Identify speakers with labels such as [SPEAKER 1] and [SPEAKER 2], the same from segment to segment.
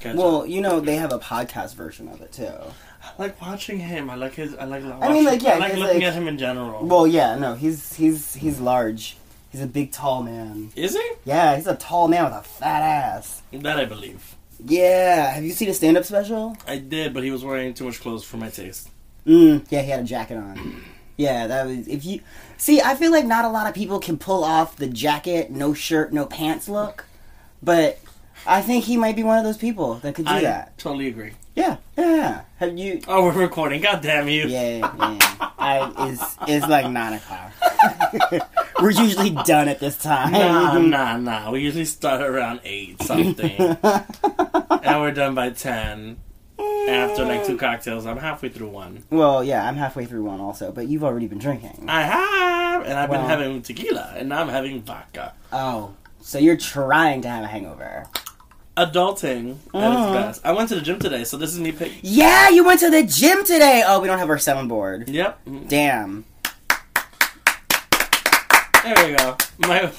[SPEAKER 1] sketch.
[SPEAKER 2] Well, you know they have a podcast version of it too.
[SPEAKER 1] I like watching him. I like his. I like. Watching,
[SPEAKER 2] I mean, like, yeah,
[SPEAKER 1] I like
[SPEAKER 2] 'cause,
[SPEAKER 1] looking
[SPEAKER 2] like-
[SPEAKER 1] at him in general.
[SPEAKER 2] Well, yeah, no, he's he's he's large. He's a big, tall man.
[SPEAKER 1] is he?
[SPEAKER 2] Yeah, he's a tall man with a fat ass.
[SPEAKER 1] That I believe.
[SPEAKER 2] Yeah, have you seen his stand-up special?
[SPEAKER 1] I did, but he was wearing too much clothes for my taste.
[SPEAKER 2] Mm, yeah, he had a jacket on. Yeah, that was if you see. I feel like not a lot of people can pull off the jacket, no shirt, no pants look, but I think he might be one of those people that could do
[SPEAKER 1] I
[SPEAKER 2] that.
[SPEAKER 1] totally agree.
[SPEAKER 2] Yeah, yeah, yeah. Have you?
[SPEAKER 1] Oh, we're recording. God damn you.
[SPEAKER 2] Yeah, yeah. I is it's like nine o'clock. We're usually done at this time.
[SPEAKER 1] Nah, nah, nah. We usually start around eight something, and we're done by ten. After like two cocktails, I'm halfway through one.
[SPEAKER 2] Well, yeah, I'm halfway through one also, but you've already been drinking.
[SPEAKER 1] I have, and I've
[SPEAKER 2] Wow.
[SPEAKER 1] been having tequila, and now I'm having vodka.
[SPEAKER 2] Oh, so you're trying to have a hangover?
[SPEAKER 1] Adulting at
[SPEAKER 2] Uh-huh.
[SPEAKER 1] its best. I went to the gym today, so this is me picking.
[SPEAKER 2] Yeah, you went to the gym today. Oh, we don't have our soundboard.
[SPEAKER 1] Yep. Mm-hmm.
[SPEAKER 2] Damn.
[SPEAKER 1] There we go. My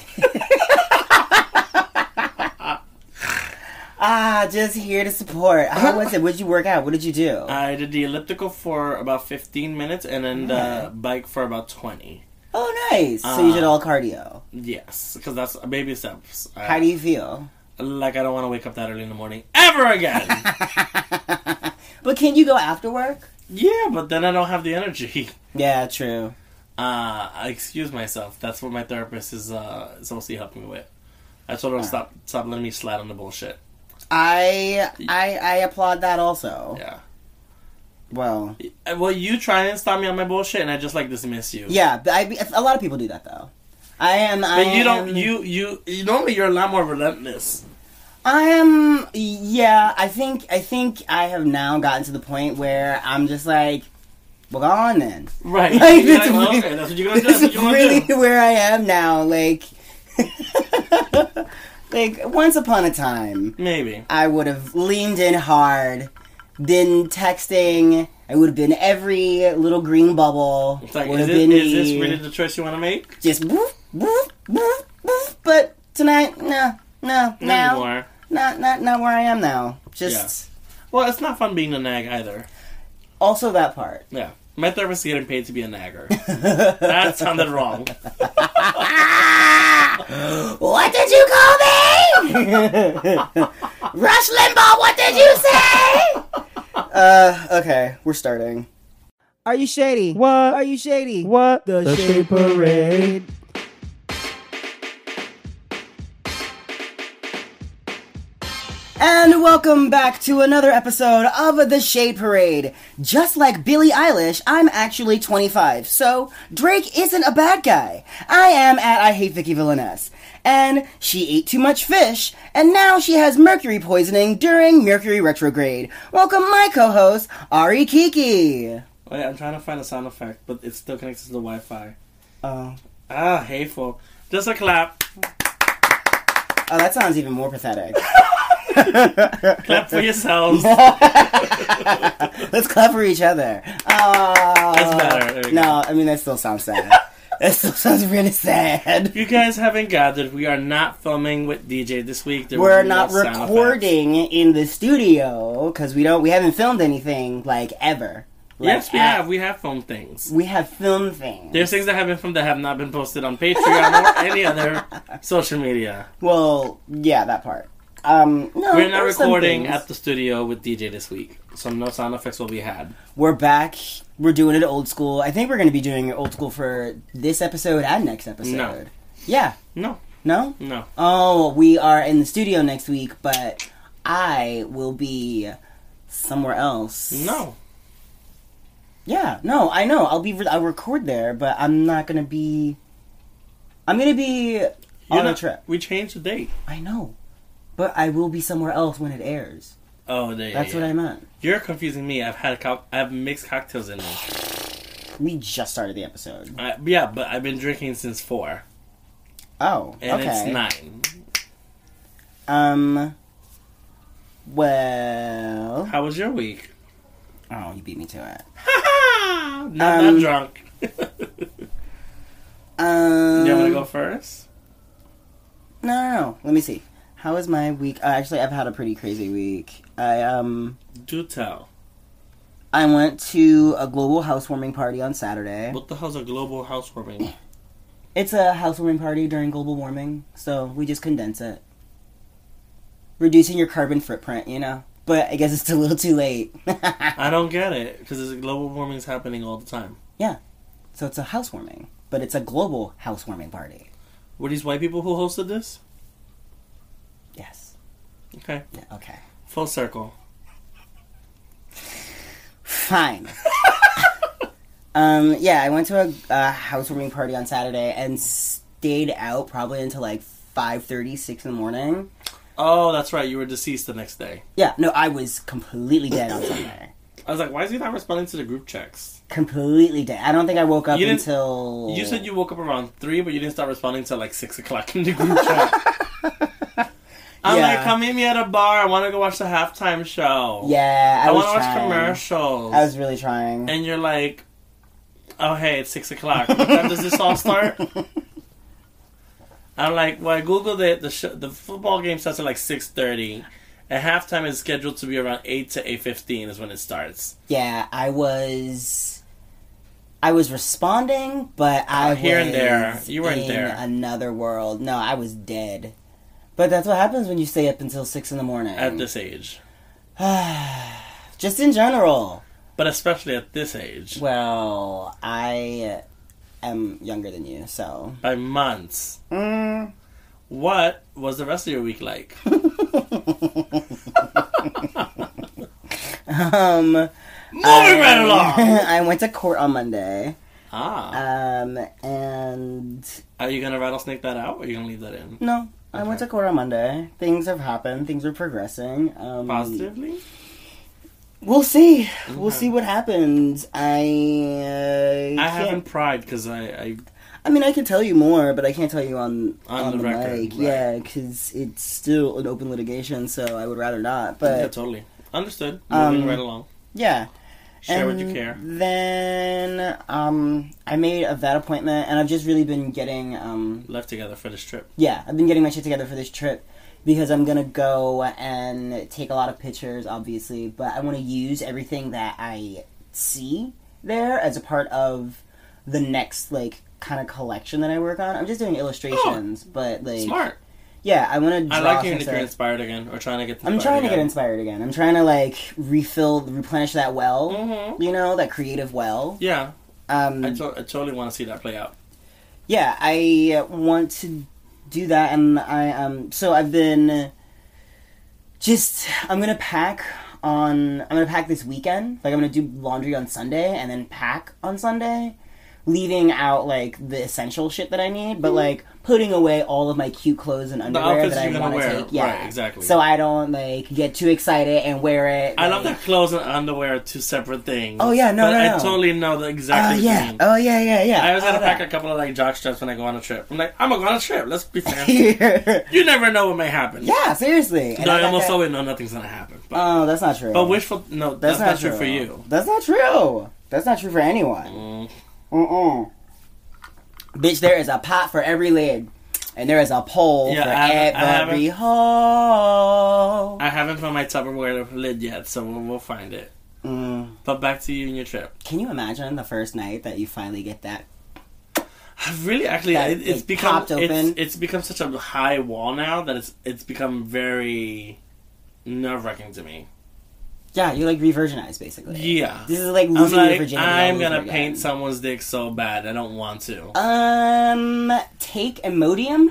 [SPEAKER 2] Ah, just here to support. How was it? What did you work out? What did you do?
[SPEAKER 1] I did the elliptical for about 15 minutes, and then the bike for about 20.
[SPEAKER 2] Oh, nice.
[SPEAKER 1] uh,
[SPEAKER 2] so you did all cardio.
[SPEAKER 1] Yes, because that's baby steps. I-
[SPEAKER 2] How do you feel?
[SPEAKER 1] like I don't want to wake up that early in the morning ever again.
[SPEAKER 2] But can you go after work?
[SPEAKER 1] Yeah, but then I don't have the energy.
[SPEAKER 2] Yeah, true.
[SPEAKER 1] Uh, I excuse myself. That's what my therapist is uh, supposed to help me with. I told her to stop stop letting me slide on the bullshit.
[SPEAKER 2] I I I applaud that also.
[SPEAKER 1] Yeah.
[SPEAKER 2] Well,
[SPEAKER 1] Uh, Well, you try and stop me on my bullshit, and I just like dismiss you.
[SPEAKER 2] yeah, but I, a lot of people do that though. I am. I
[SPEAKER 1] But you don't.
[SPEAKER 2] am-
[SPEAKER 1] You you. you normally, you're a lot more relentless.
[SPEAKER 2] I am. Yeah, I think. I think I have now gotten to the point where I'm just like, well, go on then.
[SPEAKER 1] Right.
[SPEAKER 2] Like,
[SPEAKER 1] You're
[SPEAKER 2] it's
[SPEAKER 1] like, well,
[SPEAKER 2] really-
[SPEAKER 1] okay, that's what you're gonna do.
[SPEAKER 2] This
[SPEAKER 1] That's what
[SPEAKER 2] is
[SPEAKER 1] you want to
[SPEAKER 2] really
[SPEAKER 1] do.
[SPEAKER 2] where I am now. Like, like once upon a time,
[SPEAKER 1] Maybe.
[SPEAKER 2] I would have leaned in hard, been texting. I would have been every little green bubble.
[SPEAKER 1] It's like,
[SPEAKER 2] would
[SPEAKER 1] is,
[SPEAKER 2] have
[SPEAKER 1] it,
[SPEAKER 2] been
[SPEAKER 1] is this
[SPEAKER 2] me.
[SPEAKER 1] really the choice you want to make?
[SPEAKER 2] just woof, woof, woof, woof. But tonight, no, no,
[SPEAKER 1] Not
[SPEAKER 2] no,
[SPEAKER 1] anymore.
[SPEAKER 2] not not not where I am now. Just
[SPEAKER 1] Well, it's not fun being a nag either.
[SPEAKER 2] also that part.
[SPEAKER 1] Yeah. My therapist is getting paid to be a nagger. that sounded wrong.
[SPEAKER 2] Ah! What did you call me? Rush Limbaugh, what did you say? Uh, okay, we're starting. Are you shady? What? Are you shady? What? The, Shade Parade. And welcome back to another episode of The Shade Parade. Just like Billie Eilish, I'm actually 25, so Drake isn't a bad guy. I am at I Hate Vicky Villainess. And she ate too much fish, and now she has mercury poisoning during Mercury retrograde. Welcome my co-host, Ari Kiki.
[SPEAKER 1] Wait, Oh, I'm trying to find a sound effect, but it still connects to the Wi-Fi.
[SPEAKER 2] Oh,
[SPEAKER 1] Ah, hateful. Just a clap.
[SPEAKER 2] oh that sounds even more pathetic.
[SPEAKER 1] Clap for yourselves.
[SPEAKER 2] Let's clap for each other. Oh,
[SPEAKER 1] That's better. There we
[SPEAKER 2] No,
[SPEAKER 1] go.
[SPEAKER 2] I mean that still sounds sad. that still sounds really sad.
[SPEAKER 1] If you guys haven't gathered, we are not filming with DJ this week. There
[SPEAKER 2] We're
[SPEAKER 1] will be
[SPEAKER 2] not
[SPEAKER 1] no sound effects.
[SPEAKER 2] recording in the studio because we don't. We haven't filmed anything like ever. Like,
[SPEAKER 1] yes, we
[SPEAKER 2] at-
[SPEAKER 1] have. We have filmed things.
[SPEAKER 2] We have filmed things.
[SPEAKER 1] There's things that have been filmed that have not been posted on Patreon or any other social media.
[SPEAKER 2] well, yeah, that part. Um, no,
[SPEAKER 1] We're not
[SPEAKER 2] there's some
[SPEAKER 1] recording
[SPEAKER 2] things.
[SPEAKER 1] at the studio with DJ this week, so no sound effects will be had.
[SPEAKER 2] We're back. We're doing it old school. I think we're going to be doing it old school for this episode and next episode.
[SPEAKER 1] No.
[SPEAKER 2] Yeah.
[SPEAKER 1] No,
[SPEAKER 2] No.
[SPEAKER 1] no.
[SPEAKER 2] Oh, we are in the studio next week, but I will be somewhere else.
[SPEAKER 1] No.
[SPEAKER 2] Yeah, no, I know. I'll be. Re- I'll record there, but I'm not gonna be. I'm gonna be
[SPEAKER 1] You're
[SPEAKER 2] on
[SPEAKER 1] not-
[SPEAKER 2] a trip.
[SPEAKER 1] We changed the date.
[SPEAKER 2] I know, but I will be somewhere else when it airs.
[SPEAKER 1] Oh, there
[SPEAKER 2] That's
[SPEAKER 1] yeah.
[SPEAKER 2] what I meant.
[SPEAKER 1] You're confusing me. I've had co- I've mixed cocktails in me.
[SPEAKER 2] We just started the episode.
[SPEAKER 1] I, yeah, but I've been drinking since four,
[SPEAKER 2] Oh,
[SPEAKER 1] and
[SPEAKER 2] okay.
[SPEAKER 1] it's nine.
[SPEAKER 2] Um. Well.
[SPEAKER 1] How was your week?
[SPEAKER 2] Oh, you beat me to it.
[SPEAKER 1] Not that
[SPEAKER 2] Um,
[SPEAKER 1] drunk.
[SPEAKER 2] Um.
[SPEAKER 1] you want to go first?
[SPEAKER 2] No, no, no. Let me see. How was my week? Uh, actually, I've had a pretty crazy week. I um
[SPEAKER 1] Do tell.
[SPEAKER 2] I went to a global housewarming party on Saturday.
[SPEAKER 1] What the hell's a global housewarming?
[SPEAKER 2] It's a housewarming party during global warming, so we just condense it. Reducing your carbon footprint, you know. But I guess it's a little too late.
[SPEAKER 1] I don't get it because global warming's happening all the time.
[SPEAKER 2] so it's a housewarming, but it's a global housewarming party.
[SPEAKER 1] Were these white people who hosted this?
[SPEAKER 2] Yes.
[SPEAKER 1] Okay,
[SPEAKER 2] Yeah, okay.
[SPEAKER 1] full circle.
[SPEAKER 2] Fine. um, yeah, I went to a, a housewarming party on Saturday and stayed out probably until like 5.30, 6 in the morning.
[SPEAKER 1] Oh, that's right. You were deceased the next day.
[SPEAKER 2] Yeah, no, I was completely dead on Sunday.
[SPEAKER 1] I was like, why is he not responding to the group checks?
[SPEAKER 2] Completely dead. I don't think I woke up
[SPEAKER 1] You didn't-
[SPEAKER 2] until...
[SPEAKER 1] You said you woke up around three, but you didn't start responding till like six o'clock in the group chat. I'm
[SPEAKER 2] Yeah.
[SPEAKER 1] like, come meet me at a bar. I want to go watch the halftime show.
[SPEAKER 2] Yeah, I,
[SPEAKER 1] I,
[SPEAKER 2] was
[SPEAKER 1] want to watch
[SPEAKER 2] trying.
[SPEAKER 1] commercials.
[SPEAKER 2] I was really trying.
[SPEAKER 1] and you're like, oh hey, it's six o'clock. What time does this all start? I'm like, well, I googled it. The sh- the football game starts at like six thirty. At halftime is scheduled to be around eight to eight fifteen is when it starts.
[SPEAKER 2] yeah, I was... I was responding, but I
[SPEAKER 1] Oh, here and
[SPEAKER 2] was
[SPEAKER 1] there. You weren't
[SPEAKER 2] in
[SPEAKER 1] there.
[SPEAKER 2] another world. No, I was dead. But that's what happens when you stay up until six in the morning.
[SPEAKER 1] At this age,
[SPEAKER 2] Just in general.
[SPEAKER 1] but especially at this age,
[SPEAKER 2] Well, I am younger than you, so.
[SPEAKER 1] by months.
[SPEAKER 2] Mm.
[SPEAKER 1] What was the rest of your week like?
[SPEAKER 2] Um, Moving
[SPEAKER 1] Moving right along.
[SPEAKER 2] I went to court on Monday,
[SPEAKER 1] Ah,
[SPEAKER 2] um, and
[SPEAKER 1] are you gonna rattlesnake that out, or are you gonna leave that in?
[SPEAKER 2] no, I went to court on Monday. Things have happened. Things are progressing. Um,
[SPEAKER 1] Positively.
[SPEAKER 2] We'll see. We'll
[SPEAKER 1] Okay.
[SPEAKER 2] see what happens. I. Uh,
[SPEAKER 1] I
[SPEAKER 2] can't-
[SPEAKER 1] haven't pried because I, I
[SPEAKER 2] I mean, I can tell you more, but I can't tell you on
[SPEAKER 1] On
[SPEAKER 2] on,
[SPEAKER 1] the
[SPEAKER 2] the,
[SPEAKER 1] record,
[SPEAKER 2] mic.
[SPEAKER 1] right.
[SPEAKER 2] Yeah, because it's still an open litigation, so I would rather not. But
[SPEAKER 1] yeah, totally understood. Moving
[SPEAKER 2] Um,
[SPEAKER 1] right along.
[SPEAKER 2] yeah.
[SPEAKER 1] Share what you
[SPEAKER 2] And
[SPEAKER 1] care.
[SPEAKER 2] Then um, I made of that appointment, and I've just really been getting um,
[SPEAKER 1] Left together for this trip.
[SPEAKER 2] yeah, I've been getting my shit together for this trip because I'm gonna go and take a lot of pictures, obviously, but I want to use everything that I see there as a part of the next like kind of collection that I work on. I'm just doing illustrations, but like
[SPEAKER 1] Oh, Smart.
[SPEAKER 2] yeah, I want to.
[SPEAKER 1] I like hearing that you're inspired again, or trying to get.
[SPEAKER 2] I'm trying to get inspired again. I'm trying to like refill, replenish that well.
[SPEAKER 1] hmm
[SPEAKER 2] You know that creative well.
[SPEAKER 1] Yeah,
[SPEAKER 2] Um,
[SPEAKER 1] I, to- I totally want to see that play out.
[SPEAKER 2] yeah, I want to do that, and I um. So I've been just. I'm gonna pack on. I'm gonna pack this weekend. Like I'm gonna do laundry on Sunday and then pack on Sunday, leaving out like the essential shit that I need, but like putting away all of my cute clothes and underwear
[SPEAKER 1] Mm-hmm. outfits
[SPEAKER 2] that
[SPEAKER 1] you're
[SPEAKER 2] I
[SPEAKER 1] gonna
[SPEAKER 2] want to
[SPEAKER 1] wear,
[SPEAKER 2] take. Yeah,
[SPEAKER 1] right, exactly.
[SPEAKER 2] So I don't like get too excited and wear it.
[SPEAKER 1] I love
[SPEAKER 2] like-
[SPEAKER 1] that clothes and underwear are two separate things.
[SPEAKER 2] Oh, yeah, no,
[SPEAKER 1] but
[SPEAKER 2] no,
[SPEAKER 1] I
[SPEAKER 2] no.
[SPEAKER 1] totally know the
[SPEAKER 2] Oh
[SPEAKER 1] exactly.
[SPEAKER 2] yeah! Oh yeah! Yeah yeah!
[SPEAKER 1] I always
[SPEAKER 2] All
[SPEAKER 1] gotta pack a
[SPEAKER 2] that.
[SPEAKER 1] couple of like jock straps when I go on a trip. I'm like, I'm gonna go on a trip. Let's be fair.
[SPEAKER 2] yeah.
[SPEAKER 1] you never know what may happen.
[SPEAKER 2] seriously. And
[SPEAKER 1] No,
[SPEAKER 2] I
[SPEAKER 1] I
[SPEAKER 2] got
[SPEAKER 1] almost
[SPEAKER 2] that-
[SPEAKER 1] always know nothing's gonna happen. But,
[SPEAKER 2] Oh, that's not true.
[SPEAKER 1] but wishful. No, that's, not, true for you.
[SPEAKER 2] That's not true. That's not true for anyone.
[SPEAKER 1] Mm.
[SPEAKER 2] Mm-mm. Bitch, there is a pot for every lid, and there is a pole
[SPEAKER 1] Yeah,
[SPEAKER 2] for
[SPEAKER 1] I haven't- I
[SPEAKER 2] every hole.
[SPEAKER 1] I haven't found my Tupperware lid yet, so we'll, we'll find it.
[SPEAKER 2] Mm.
[SPEAKER 1] But back to you and your trip.
[SPEAKER 2] Can you imagine the first night that you finally get that?
[SPEAKER 1] I've really actually
[SPEAKER 2] That
[SPEAKER 1] it, it's
[SPEAKER 2] it
[SPEAKER 1] become
[SPEAKER 2] popped
[SPEAKER 1] it's,
[SPEAKER 2] open.
[SPEAKER 1] it's become such a high wall now that it's it's become very nerve wracking to me.
[SPEAKER 2] Yeah, you like re-virginized basically.
[SPEAKER 1] Yeah.
[SPEAKER 2] This is like
[SPEAKER 1] I'm
[SPEAKER 2] losing your
[SPEAKER 1] like,
[SPEAKER 2] virginity. all
[SPEAKER 1] I'm
[SPEAKER 2] over
[SPEAKER 1] gonna
[SPEAKER 2] again.
[SPEAKER 1] paint someone's dick so bad. I don't want to.
[SPEAKER 2] Um, take Imodium,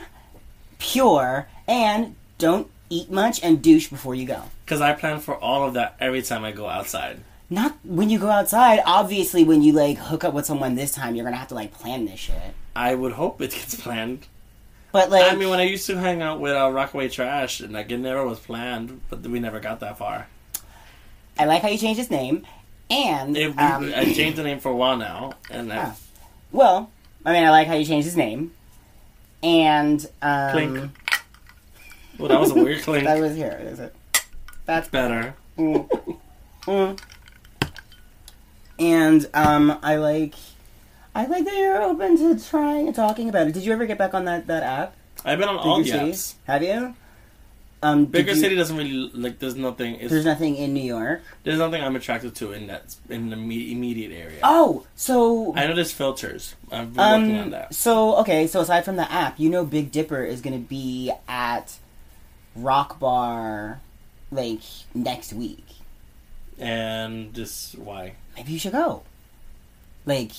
[SPEAKER 2] pure, and don't eat much and douche before you go.
[SPEAKER 1] Because I plan for all of that every time I go outside.
[SPEAKER 2] Not when you go outside. Obviously, when you like hook up with someone this time, you're gonna have to like plan this shit.
[SPEAKER 1] I would hope it gets planned.
[SPEAKER 2] But like,
[SPEAKER 1] I mean, when I used to hang out with uh, Rockaway Trash, and like it never was planned, but we never got that far.
[SPEAKER 2] I like how you changed his name, and
[SPEAKER 1] It, we, uh,
[SPEAKER 2] um,
[SPEAKER 1] I changed the name for a while now, and I,
[SPEAKER 2] Ah. well, I mean, I like how you changed his name, and um,
[SPEAKER 1] Clink. well, that was a weird clink.
[SPEAKER 2] that was here. Is it? That's
[SPEAKER 1] Better.
[SPEAKER 2] Mm. Mm. And um, I like, I like that you're open to trying and talking about it. Did you ever get back on that that app?
[SPEAKER 1] I've been on
[SPEAKER 2] Did
[SPEAKER 1] all
[SPEAKER 2] you
[SPEAKER 1] the
[SPEAKER 2] see?
[SPEAKER 1] apps.
[SPEAKER 2] Have you? Um, did
[SPEAKER 1] Bigger
[SPEAKER 2] you-
[SPEAKER 1] city doesn't really like. There's nothing. It's,
[SPEAKER 2] There's
[SPEAKER 1] there's,
[SPEAKER 2] nothing in New York.
[SPEAKER 1] nothing I'm attracted to in that in the imme- immediate area.
[SPEAKER 2] Oh, so
[SPEAKER 1] I know there's filters. I've been working on
[SPEAKER 2] um,
[SPEAKER 1] that.
[SPEAKER 2] so okay. So aside from the app, you know, Big Dipper is going to be at Rock Bar like next week.
[SPEAKER 1] And just why?
[SPEAKER 2] Maybe you should go. Like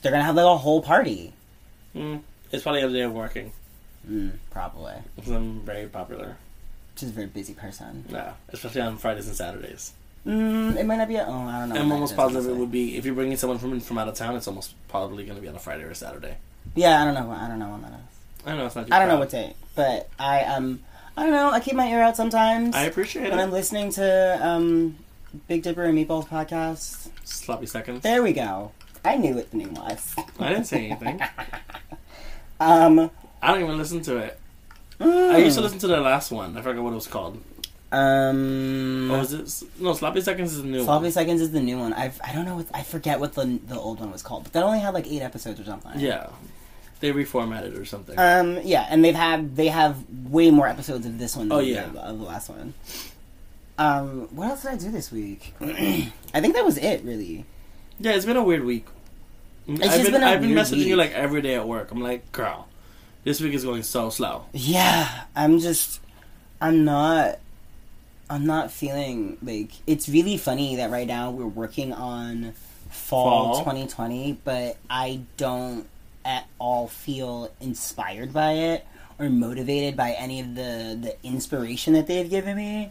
[SPEAKER 2] they're gonna have like a whole party.
[SPEAKER 1] Mm, it's probably the other day of working
[SPEAKER 2] Mm, probably.
[SPEAKER 1] 'cause I'm very popular.
[SPEAKER 2] She's a very busy person.
[SPEAKER 1] Yeah, especially on Fridays and Saturdays.
[SPEAKER 2] Mm, it might not be. A, oh, I don't know.
[SPEAKER 1] I'm almost positive it would be if you're bringing someone from from out of town. It's almost probably going to be on a Friday or Saturday.
[SPEAKER 2] Yeah, I don't know. I don't know when that is.
[SPEAKER 1] I know it's not. Your
[SPEAKER 2] I don't know
[SPEAKER 1] crowd.
[SPEAKER 2] what day, but I um, I don't know. I keep my ear out sometimes
[SPEAKER 1] I appreciate
[SPEAKER 2] when I'm
[SPEAKER 1] it.
[SPEAKER 2] listening to um, Big Dipper and Meatballs podcast.
[SPEAKER 1] Sloppy seconds.
[SPEAKER 2] There we go. I knew what the name was.
[SPEAKER 1] I didn't say anything.
[SPEAKER 2] Um,
[SPEAKER 1] I don't even listen to it.
[SPEAKER 2] mm,
[SPEAKER 1] I used to listen to the last one. I forgot what it was called.
[SPEAKER 2] Um,
[SPEAKER 1] Or was it no sloppy seconds is the new
[SPEAKER 2] Sloppy
[SPEAKER 1] one.
[SPEAKER 2] Seconds is the new one. I I don't know what I forget what the the old one was called, but that only had like eight episodes or something.
[SPEAKER 1] Yeah, they reformatted or something.
[SPEAKER 2] Um. Yeah, and they've had they have way more episodes of this one. Than
[SPEAKER 1] Oh,
[SPEAKER 2] they
[SPEAKER 1] yeah.
[SPEAKER 2] did of the last one. Um. What else did I do this week? I think that was it, really.
[SPEAKER 1] yeah, it's been a weird week. I've
[SPEAKER 2] just
[SPEAKER 1] been,
[SPEAKER 2] been a
[SPEAKER 1] I've been
[SPEAKER 2] weird
[SPEAKER 1] messaging you like
[SPEAKER 2] week.
[SPEAKER 1] every day at work. I'm like, girl, this week is going so slow.
[SPEAKER 2] Yeah, I'm just, I'm not, I'm not feeling like it's really funny that right now we're working on fall,
[SPEAKER 1] Fall.
[SPEAKER 2] 2020, but I don't at all feel inspired by it or motivated by any of the the inspiration that they've given me.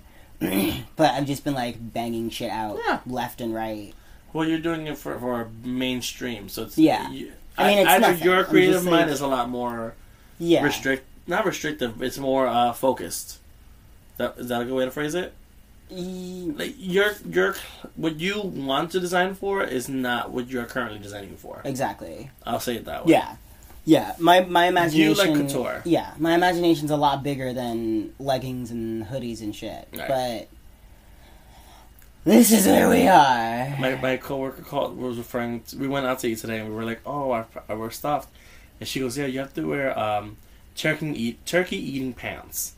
[SPEAKER 2] but I've just been like banging shit out
[SPEAKER 1] Yeah.
[SPEAKER 2] left and right.
[SPEAKER 1] Well, you're doing it for, for mainstream, so it's
[SPEAKER 2] Yeah.
[SPEAKER 1] you-
[SPEAKER 2] I mean, it's
[SPEAKER 1] either
[SPEAKER 2] nothing. I'm
[SPEAKER 1] your
[SPEAKER 2] just
[SPEAKER 1] creative
[SPEAKER 2] saying-
[SPEAKER 1] mind is a lot more
[SPEAKER 2] Yeah,
[SPEAKER 1] restrict, not restrictive. It's more uh, focused. That is that a good way to phrase it?
[SPEAKER 2] E-
[SPEAKER 1] Like your your what you want to design for is not what you're currently designing for.
[SPEAKER 2] exactly.
[SPEAKER 1] I'll say it that way.
[SPEAKER 2] Yeah. Yeah, my my imagination.
[SPEAKER 1] couture.
[SPEAKER 2] Yeah, my imagination's a lot bigger than leggings and hoodies and shit.
[SPEAKER 1] Right.
[SPEAKER 2] But this is where we are.
[SPEAKER 1] My my coworker called was referring. To, we went out to eat today, and we were like, "Oh, our, we're stuffed," and she goes, "Yeah, you have to wear um turkey eat turkey eating pants,"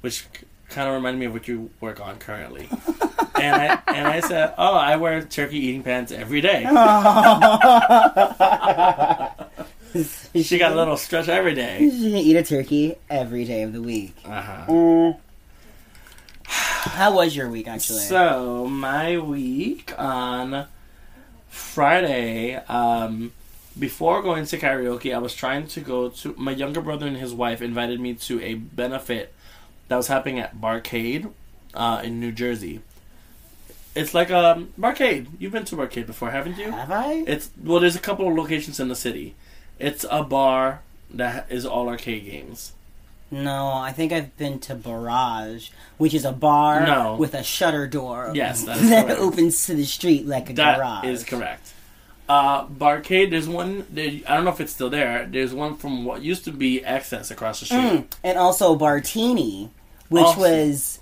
[SPEAKER 1] which kind of reminded me of what you work on currently. and I and I said, "Oh, I wear turkey eating pants every day." She got a little stretch every day.
[SPEAKER 2] She's gonna eat a turkey every day of the week.
[SPEAKER 1] Uh-huh.
[SPEAKER 2] Mm. How was your week, actually?
[SPEAKER 1] So my week on Friday, um, before going to karaoke, I was trying to go to my younger brother and his wife invited me to a benefit that was happening at Barcade uh, in New Jersey. It's like a Barcade. You've been to Barcade before, haven't you?
[SPEAKER 2] Have I?
[SPEAKER 1] It's well, there's a couple of locations in the city. It's a bar that is all arcade games.
[SPEAKER 2] No, I think I've been to Barrage, which is a bar
[SPEAKER 1] No.
[SPEAKER 2] with a shutter door.
[SPEAKER 1] Yes, that is
[SPEAKER 2] that
[SPEAKER 1] correct.
[SPEAKER 2] opens to the street like a
[SPEAKER 1] That
[SPEAKER 2] garage.
[SPEAKER 1] is correct. Uh, Barcade, there's one. There, I don't know if it's still there. There's one from what used to be Access across the street.
[SPEAKER 2] Mm. and also Bartini, which
[SPEAKER 1] Awesome.
[SPEAKER 2] was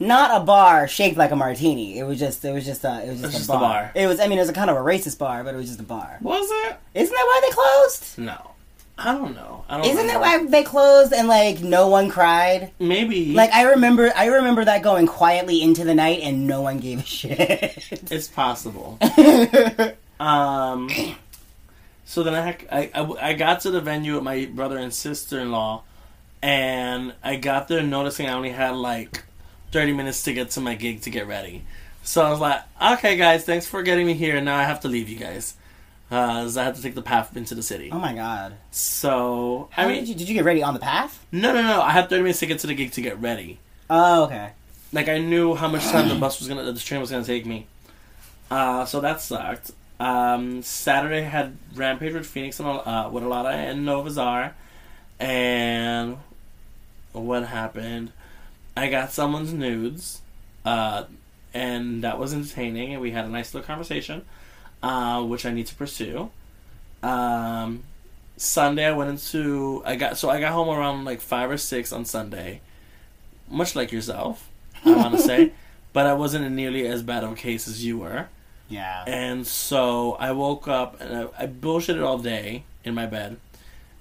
[SPEAKER 2] not a bar shaped like a martini. It was just it was just a it was just, a,
[SPEAKER 1] just a
[SPEAKER 2] bar.
[SPEAKER 1] bar.
[SPEAKER 2] It was I mean it was a kind of a racist bar, but it was just a bar.
[SPEAKER 1] Was it?
[SPEAKER 2] Isn't that why they closed?
[SPEAKER 1] No, I don't know. I don't.
[SPEAKER 2] Isn't that
[SPEAKER 1] remember.
[SPEAKER 2] why they closed and like no one cried?
[SPEAKER 1] Maybe.
[SPEAKER 2] Like I remember I remember that going quietly into the night and no one gave a shit. Oh
[SPEAKER 1] it's possible. um. So then I, had- I, I I got to the venue with my brother and sister in law, and I got there noticing I only had like thirty minutes to get to my gig to get ready. So I was like, okay, guys, thanks for getting me here. Now I have to leave you guys. Because I had to take the path into the city.
[SPEAKER 2] oh my god.
[SPEAKER 1] So,
[SPEAKER 2] How
[SPEAKER 1] I mean,
[SPEAKER 2] did you did you get ready on the path?
[SPEAKER 1] no, no, no. I had 30 minutes to get to the gig to get ready.
[SPEAKER 2] Oh, okay.
[SPEAKER 1] Like, I knew how much time the bus was going to, the train was going to take me. Uh, so that sucked. Um, Saturday had Rampage with Phoenix and uh, with Alana and Novazar. And what happened? I got someone's nudes. Uh, and that was entertaining. And we had a nice little conversation, uh, which I need to pursue. Um, Sunday I went into I got so I got home around like five or six on Sunday, much like yourself, I want to say, but I wasn't in nearly as bad of a case as you were,
[SPEAKER 2] Yeah.
[SPEAKER 1] and so I woke up and I, I bullshitted all day in my bed,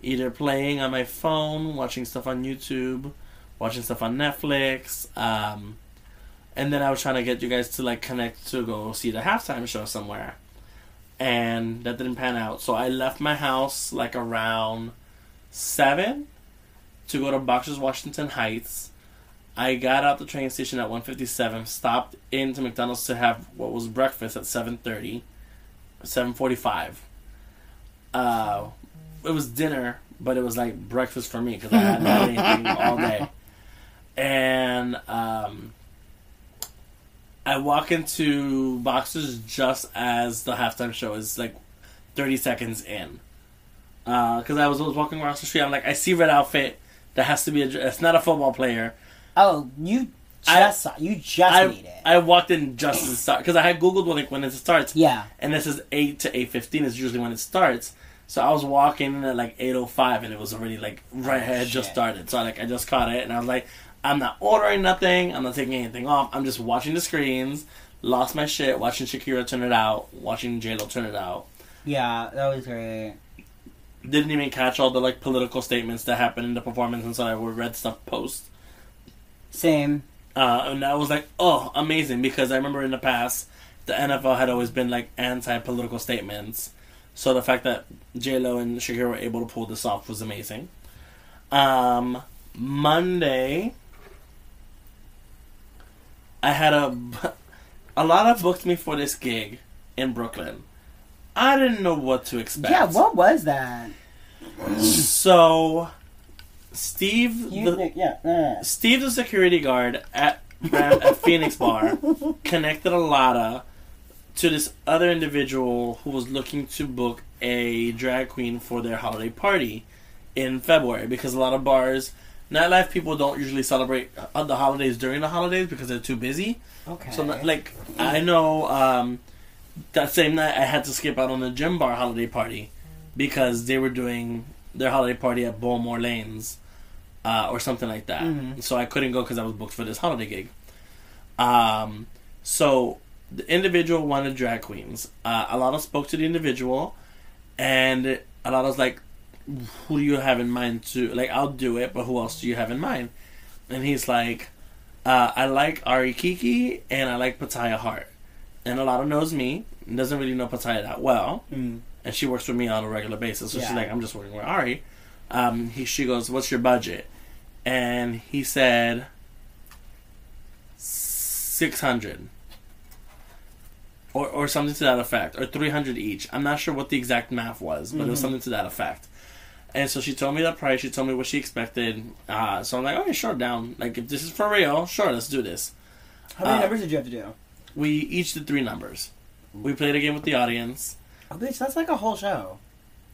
[SPEAKER 1] either playing on my phone, watching stuff on YouTube, watching stuff on Netflix. Um, and then I was trying to get you guys to like connect to go see the halftime show somewhere. And that didn't pan out. So I left my house like around seven to go to Boxers Washington Heights. I got out the train station at 157, stopped into McDonald's to have what was breakfast at 7:30, 7:45. Uh, it was dinner, but it was like breakfast for me because I hadn't had anything all day. And um, I walk into Boxers just as the halftime show is like 30 seconds in. Because I was, was walking across the street, I'm like, I see red outfit. That has to be a. dr- It's not a football player.
[SPEAKER 2] Oh, you
[SPEAKER 1] I-
[SPEAKER 2] just saw. You just need
[SPEAKER 1] I
[SPEAKER 2] it.
[SPEAKER 1] I walked in just as it started because I had googled when it, when it starts.
[SPEAKER 2] yeah.
[SPEAKER 1] and this is eight to eight fifteen is usually when it starts. So I was walking in at like eight oh five, and it was already like right had just
[SPEAKER 2] Oh, shit.
[SPEAKER 1] started. So I like I just caught it, and I was like, I'm not ordering nothing. I'm not taking anything off. I'm just watching the screens. Lost my shit watching Shakira turn it out, watching J Lo turn it out.
[SPEAKER 2] Yeah, that was great.
[SPEAKER 1] Didn't even catch all the like political statements that happened in the performance until I read stuff post.
[SPEAKER 2] Same.
[SPEAKER 1] Uh, and I was like, oh, amazing. Because I remember in the past, the NFL had always been like anti political statements. So the fact that Lo and Shakira were able to pull this off was amazing. Um, Monday, I had a. bu- Alana booked me for this gig in Brooklyn. I didn't know what to expect.
[SPEAKER 2] Yeah, what was that?
[SPEAKER 1] So, Steve.
[SPEAKER 2] You,
[SPEAKER 1] the-
[SPEAKER 2] yeah. uh.
[SPEAKER 1] Steve, the security guard at Ram- at Phoenix Bar, connected Alada to this other individual who was looking to book a drag queen for their holiday party in February because a lot of bars, nightlife people don't usually celebrate uh, the holidays during the holidays because they're too busy.
[SPEAKER 2] Okay.
[SPEAKER 1] So not- like I know um, that same night I had to skip out on the gym bar holiday party because they were doing their holiday party at Bowmore Lanes uh, or something like that.
[SPEAKER 2] Mhm.
[SPEAKER 1] So I couldn't go because I was booked for this holiday gig. Um, so the individual wanted drag queens. Uh, Alana spoke to the individual, and Alana's like, "Who do you have in mind to like? I'll do it, but who else do you have in mind?" And he's like, uh, I like Ari Kiki and I like Pattaya Hart. And Alana knows me and doesn't really know Pattaya that well.
[SPEAKER 2] Mm.
[SPEAKER 1] And she works with me on a regular basis. So she's
[SPEAKER 2] Yeah.
[SPEAKER 1] like, I'm just working with Ari. Um, he, she goes, What's your budget? And he said, 600 or, or something to that effect, or 300 each. I'm not sure what the exact math was, but it was something to that effect. And so she told me that price. She told me what she expected. Uh, so I'm like, okay, sure, down. Like, if this is for real, sure, let's do this.
[SPEAKER 2] How many
[SPEAKER 1] uh,
[SPEAKER 2] numbers did you have to do?
[SPEAKER 1] We each did three numbers. We played a game with the audience.
[SPEAKER 2] Oh, bitch, that's like a whole show.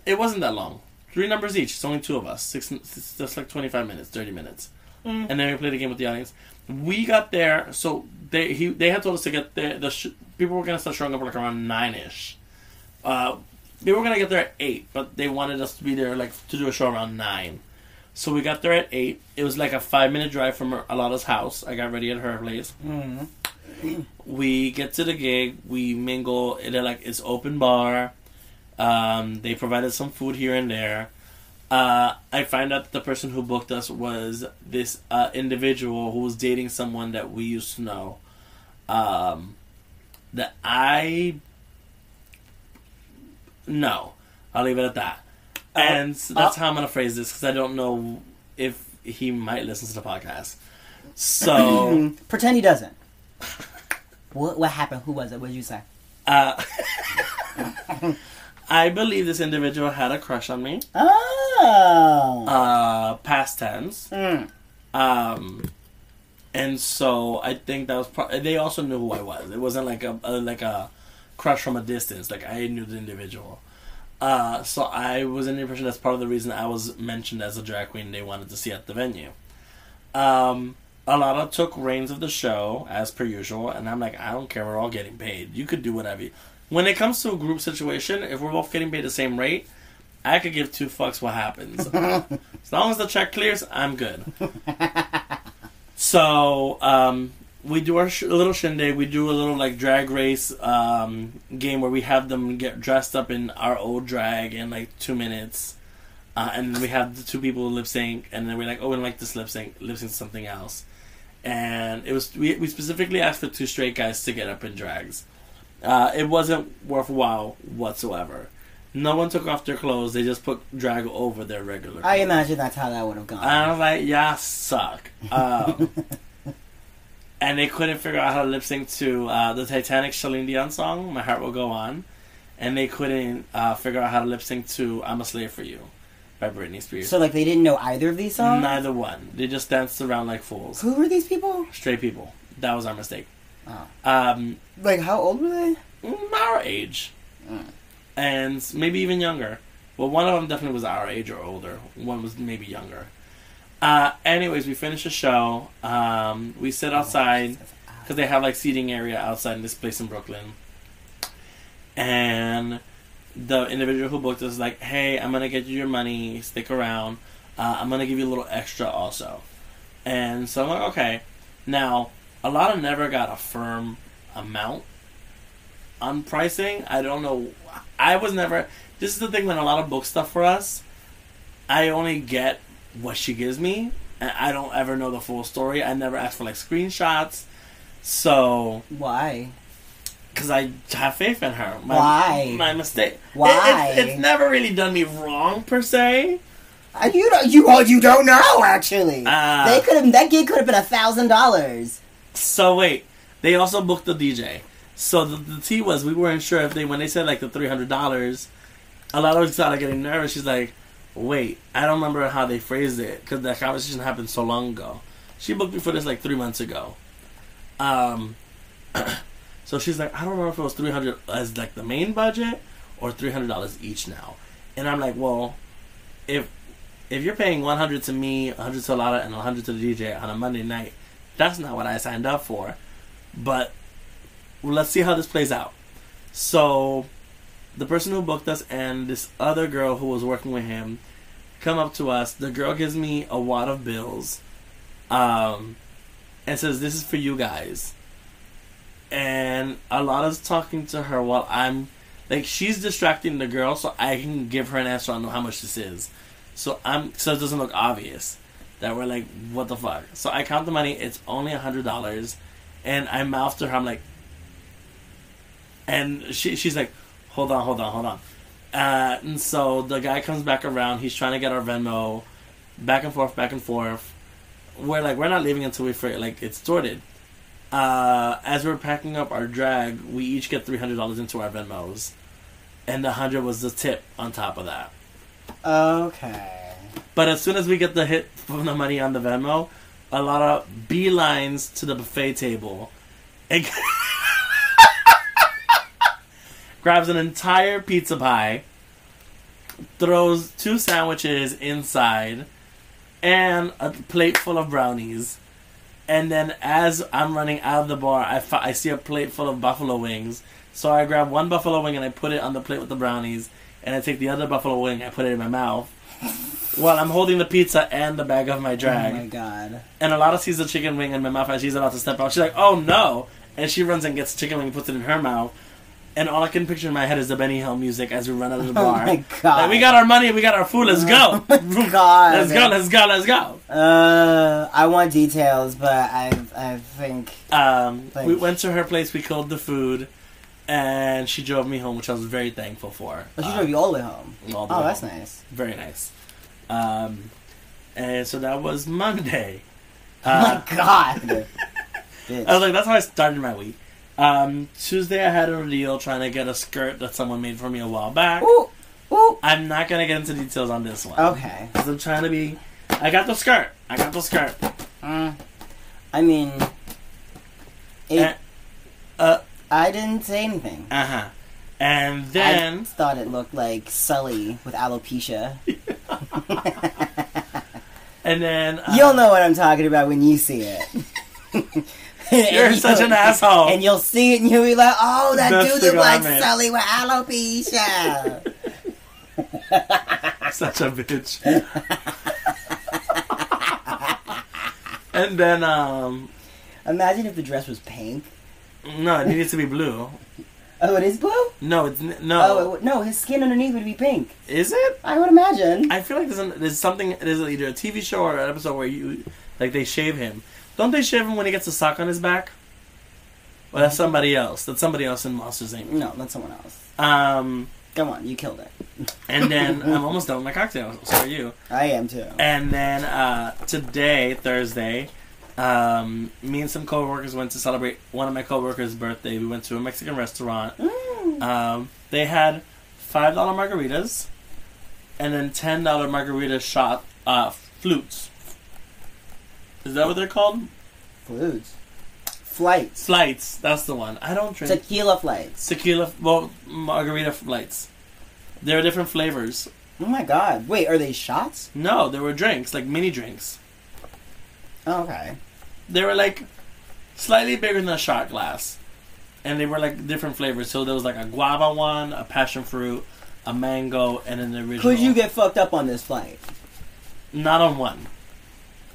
[SPEAKER 1] It wasn't that long. Three numbers each. It's only two of us. Six. It's just like twenty-five minutes, thirty minutes,
[SPEAKER 2] Mm.
[SPEAKER 1] and then we played a game with the audience. We got there, so they he they had told us to get there. The sh- people were gonna start showing up like around nine ish. Uh, they were gonna get there at eight, but they wanted us to be there like to do a show around nine. So we got there at eight. It was like a five-minute drive from Alada's house. I got ready at her place.
[SPEAKER 2] Mm.
[SPEAKER 1] we get to the gig, we mingle, and they're like, it's open bar. Um, they provided some food here and there. Uh, I find out that the person who booked us was this uh, individual who was dating someone that we used to know. Um, that I. No. I'll leave it at that. And so that's how I'm going to phrase this because I don't know if he might listen to the podcast. So.
[SPEAKER 2] Mm. Pretend he doesn't. what What happened? Who was it? What did you say?
[SPEAKER 1] Uh, I believe this individual had a crush on me.
[SPEAKER 2] Oh.
[SPEAKER 1] Uh, past tense.
[SPEAKER 2] Mm.
[SPEAKER 1] Um, and so I think that was. Pro- they also knew who I was. It wasn't like a, a like a crush from a distance. Like I knew the individual. Uh, so I was in the impression that's part of the reason I was mentioned as a drag queen they wanted to see at the venue. Um, Alana took reins of the show as per usual, and I'm like, I don't care. We're all getting paid. You could do whatever. You- when it comes to a group situation, if we're both getting paid the same rate, I could give two fucks what happens. as long as the check clears, I'm good. So um, we do our sh- little shindig. We do a little like drag race um, game where we have them get dressed up in our old drag in like two minutes. Uh, and we have the two people lip sync, and then we're like, oh, we don't like this lip sync, lip sync to something else. And it was we, we specifically asked for two straight guys to get up in drags. Uh, it wasn't worthwhile whatsoever. No one took off their clothes; they just put drag over their regular.
[SPEAKER 2] I
[SPEAKER 1] clothes.
[SPEAKER 2] imagine that's how that would have gone.
[SPEAKER 1] And I was like, y'all suck. Um, and they couldn't figure out how to lip sync to uh, the Titanic Celine Dion song, My Heart Will Go On. And they couldn't uh, figure out how to lip sync to I'm a Slave for You by Britney Spears.
[SPEAKER 2] so like they didn't know either of these songs.
[SPEAKER 1] Neither one. They just danced around like fools.
[SPEAKER 2] Who were these people?
[SPEAKER 1] Straight people. That was our mistake.
[SPEAKER 2] Oh.
[SPEAKER 1] Um,
[SPEAKER 2] Like how old were they?
[SPEAKER 1] our age.
[SPEAKER 2] Mm.
[SPEAKER 1] And maybe even younger. Well, one of them definitely was our age or older. One was maybe younger. Uh, anyways, we finished the show. Um, we
[SPEAKER 2] Oh,
[SPEAKER 1] sit outside. because they have like seating area outside in this place in Brooklyn. And the individual who booked us is like, "Hey, I'm gonna get you your money. Stick around. Uh, I'm gonna give you a little extra also." And so I'm like, "Okay." Now, Alana never got a firm amount on pricing. I don't know. I was never. This is the thing when a lot of book stuff for us. I only get what she gives me, and I don't ever know the full story. I never ask for like screenshots. So,
[SPEAKER 2] Why?
[SPEAKER 1] because I have faith in her. My,
[SPEAKER 2] Why?
[SPEAKER 1] My mistake. It- it's-
[SPEAKER 2] Why?
[SPEAKER 1] it's, never really done me wrong per se.
[SPEAKER 2] Uh, You don't. You well, you don't know actually.
[SPEAKER 1] Ah.
[SPEAKER 2] they could have. That gig could have been a thousand dollars.
[SPEAKER 1] So wait, they also booked the DJ. So the, the tea was we weren't sure if they when they said like the three hundred dollars, a lot of us started getting nervous. She's like, wait, I don't remember how they phrased it because that conversation happened so long ago. She booked me for this like three months ago. Um, so she's like, I don't remember if it was three hundred as like the main budget or three hundred dollars each now. And I'm like, well, if if you're paying one hundred to me, hundred to Alana, and hundred to the DJ on a Monday night, that's not what I signed up for. But let's see how this plays out. So the person who booked us and this other girl who was working with him come up to us. The girl gives me a wad of bills, um, and says, "This is for you guys." And Alana's talking to her while I'm like she's distracting the girl, so I can give her an answer on how much this is. So I'm so it doesn't look obvious that we're like, what the fuck? So I count the money. It's only a hundred dollars, and I mouth to her, I'm like, and she she's like, hold on, hold on, hold on. Uh, and so the guy comes back around. He's trying to get our Venmo, back and forth, back and forth. We're like, we're not leaving until we figure like it's sorted. Uh, as we're packing up our drag, we each get three hundred dollars into our Venmos, and the hundred was the tip on top of that.
[SPEAKER 2] Okay.
[SPEAKER 1] But as soon as we get the hit from the money on the Venmo, a lot of beelines to the buffet table and grabs an entire pizza pie, throws two sandwiches inside, and a plate full of brownies. And then as I'm running out of the bar, I, fi- I see a plate full of buffalo wings. So I grab one buffalo wing and I put it on the plate with the brownies. And I take the other buffalo wing, I put it in my mouth. While I'm holding the pizza and the bag of my drag.
[SPEAKER 2] Oh my god.
[SPEAKER 1] and Alana sees the chicken wing in my mouth and she's about to step out. She's like, oh no! And she runs and gets the chicken wing and puts it in her mouth. And all I can picture in my head is the Benny Hill music as we run out of the
[SPEAKER 2] Oh
[SPEAKER 1] bar.
[SPEAKER 2] my god. Oh
[SPEAKER 1] Like, we got our money, we got our food, let's go!
[SPEAKER 2] god.
[SPEAKER 1] Let's go, let's go, let's go!
[SPEAKER 2] Uh, I want details, but I I think
[SPEAKER 1] Um,
[SPEAKER 2] Thanks.
[SPEAKER 1] we went to her place. We killed the food, and she drove me home, which I was very thankful for.
[SPEAKER 2] but Oh, she
[SPEAKER 1] Uh,
[SPEAKER 2] drove you all the way home.
[SPEAKER 1] all the
[SPEAKER 2] Oh,
[SPEAKER 1] way
[SPEAKER 2] that's
[SPEAKER 1] home.
[SPEAKER 2] nice.
[SPEAKER 1] Very nice. Um, and so that was Monday. Uh,
[SPEAKER 2] Oh my god. Bitch.
[SPEAKER 1] I was like, that's how I started my week. Um, Tuesday, I had a deal trying to get a skirt that someone made for me a while back.
[SPEAKER 2] Ooh, ooh.
[SPEAKER 1] I'm not gonna get into details on this one.
[SPEAKER 2] Okay.
[SPEAKER 1] 'Cause I'm trying to be. I got the skirt. I got the skirt.
[SPEAKER 2] Mm. I mean, it,
[SPEAKER 1] Eh. Uh
[SPEAKER 2] I didn't say anything.
[SPEAKER 1] huh. uh-huh. And
[SPEAKER 2] I
[SPEAKER 1] then
[SPEAKER 2] thought it looked like Sully with alopecia.
[SPEAKER 1] and then uh,
[SPEAKER 2] You'll know what I'm talking about when you see it.
[SPEAKER 1] You're
[SPEAKER 2] And
[SPEAKER 1] such
[SPEAKER 2] you'll-
[SPEAKER 1] an asshole.
[SPEAKER 2] And you'll see it and you'll be like, oh, that
[SPEAKER 1] Oh. That's
[SPEAKER 2] dude
[SPEAKER 1] the
[SPEAKER 2] looked like
[SPEAKER 1] comment.
[SPEAKER 2] Sully with alopecia.
[SPEAKER 1] Such a bitch. and then, um,
[SPEAKER 2] Imagine if the dress was pink.
[SPEAKER 1] no, it needed to be blue.
[SPEAKER 2] Oh, it is blue?
[SPEAKER 1] No, it's n-
[SPEAKER 2] Oh, it
[SPEAKER 1] no.
[SPEAKER 2] would- no, his skin underneath would be pink.
[SPEAKER 1] is it?
[SPEAKER 2] I would imagine.
[SPEAKER 1] I feel like there's, an, there's something. There's either a TV show or an episode where you like they shave him. Don't they shave him when he gets a sock on his back? Well, that's somebody else. That's somebody else in Monsters Inc.
[SPEAKER 2] No, that's someone else.
[SPEAKER 1] Um,
[SPEAKER 2] Come on, you killed it.
[SPEAKER 1] and then I'm almost done with my cocktail. So are you?
[SPEAKER 2] I am too.
[SPEAKER 1] And then uh, today, Thursday, um, me and some coworkers went to celebrate one of my coworkers' birthday. We went to a Mexican restaurant.
[SPEAKER 2] Mm.
[SPEAKER 1] Um, they had five dollar margaritas, and then ten dollar margarita shot uh, flutes. Is that what they're called?
[SPEAKER 2] Foods. Flights.
[SPEAKER 1] Flights. That's the one. I don't drink
[SPEAKER 2] Tequila flights.
[SPEAKER 1] tequila. Well, margarita flights. There are different flavors.
[SPEAKER 2] Oh my god. Wait, are they shots?
[SPEAKER 1] No, there were drinks like mini drinks.
[SPEAKER 2] Oh, okay.
[SPEAKER 1] They were like slightly bigger than a shot glass, and they were like different flavors. So there was like a guava one, a passion fruit, a mango, and an original.
[SPEAKER 2] Could you get fucked up on this flight?
[SPEAKER 1] not on one?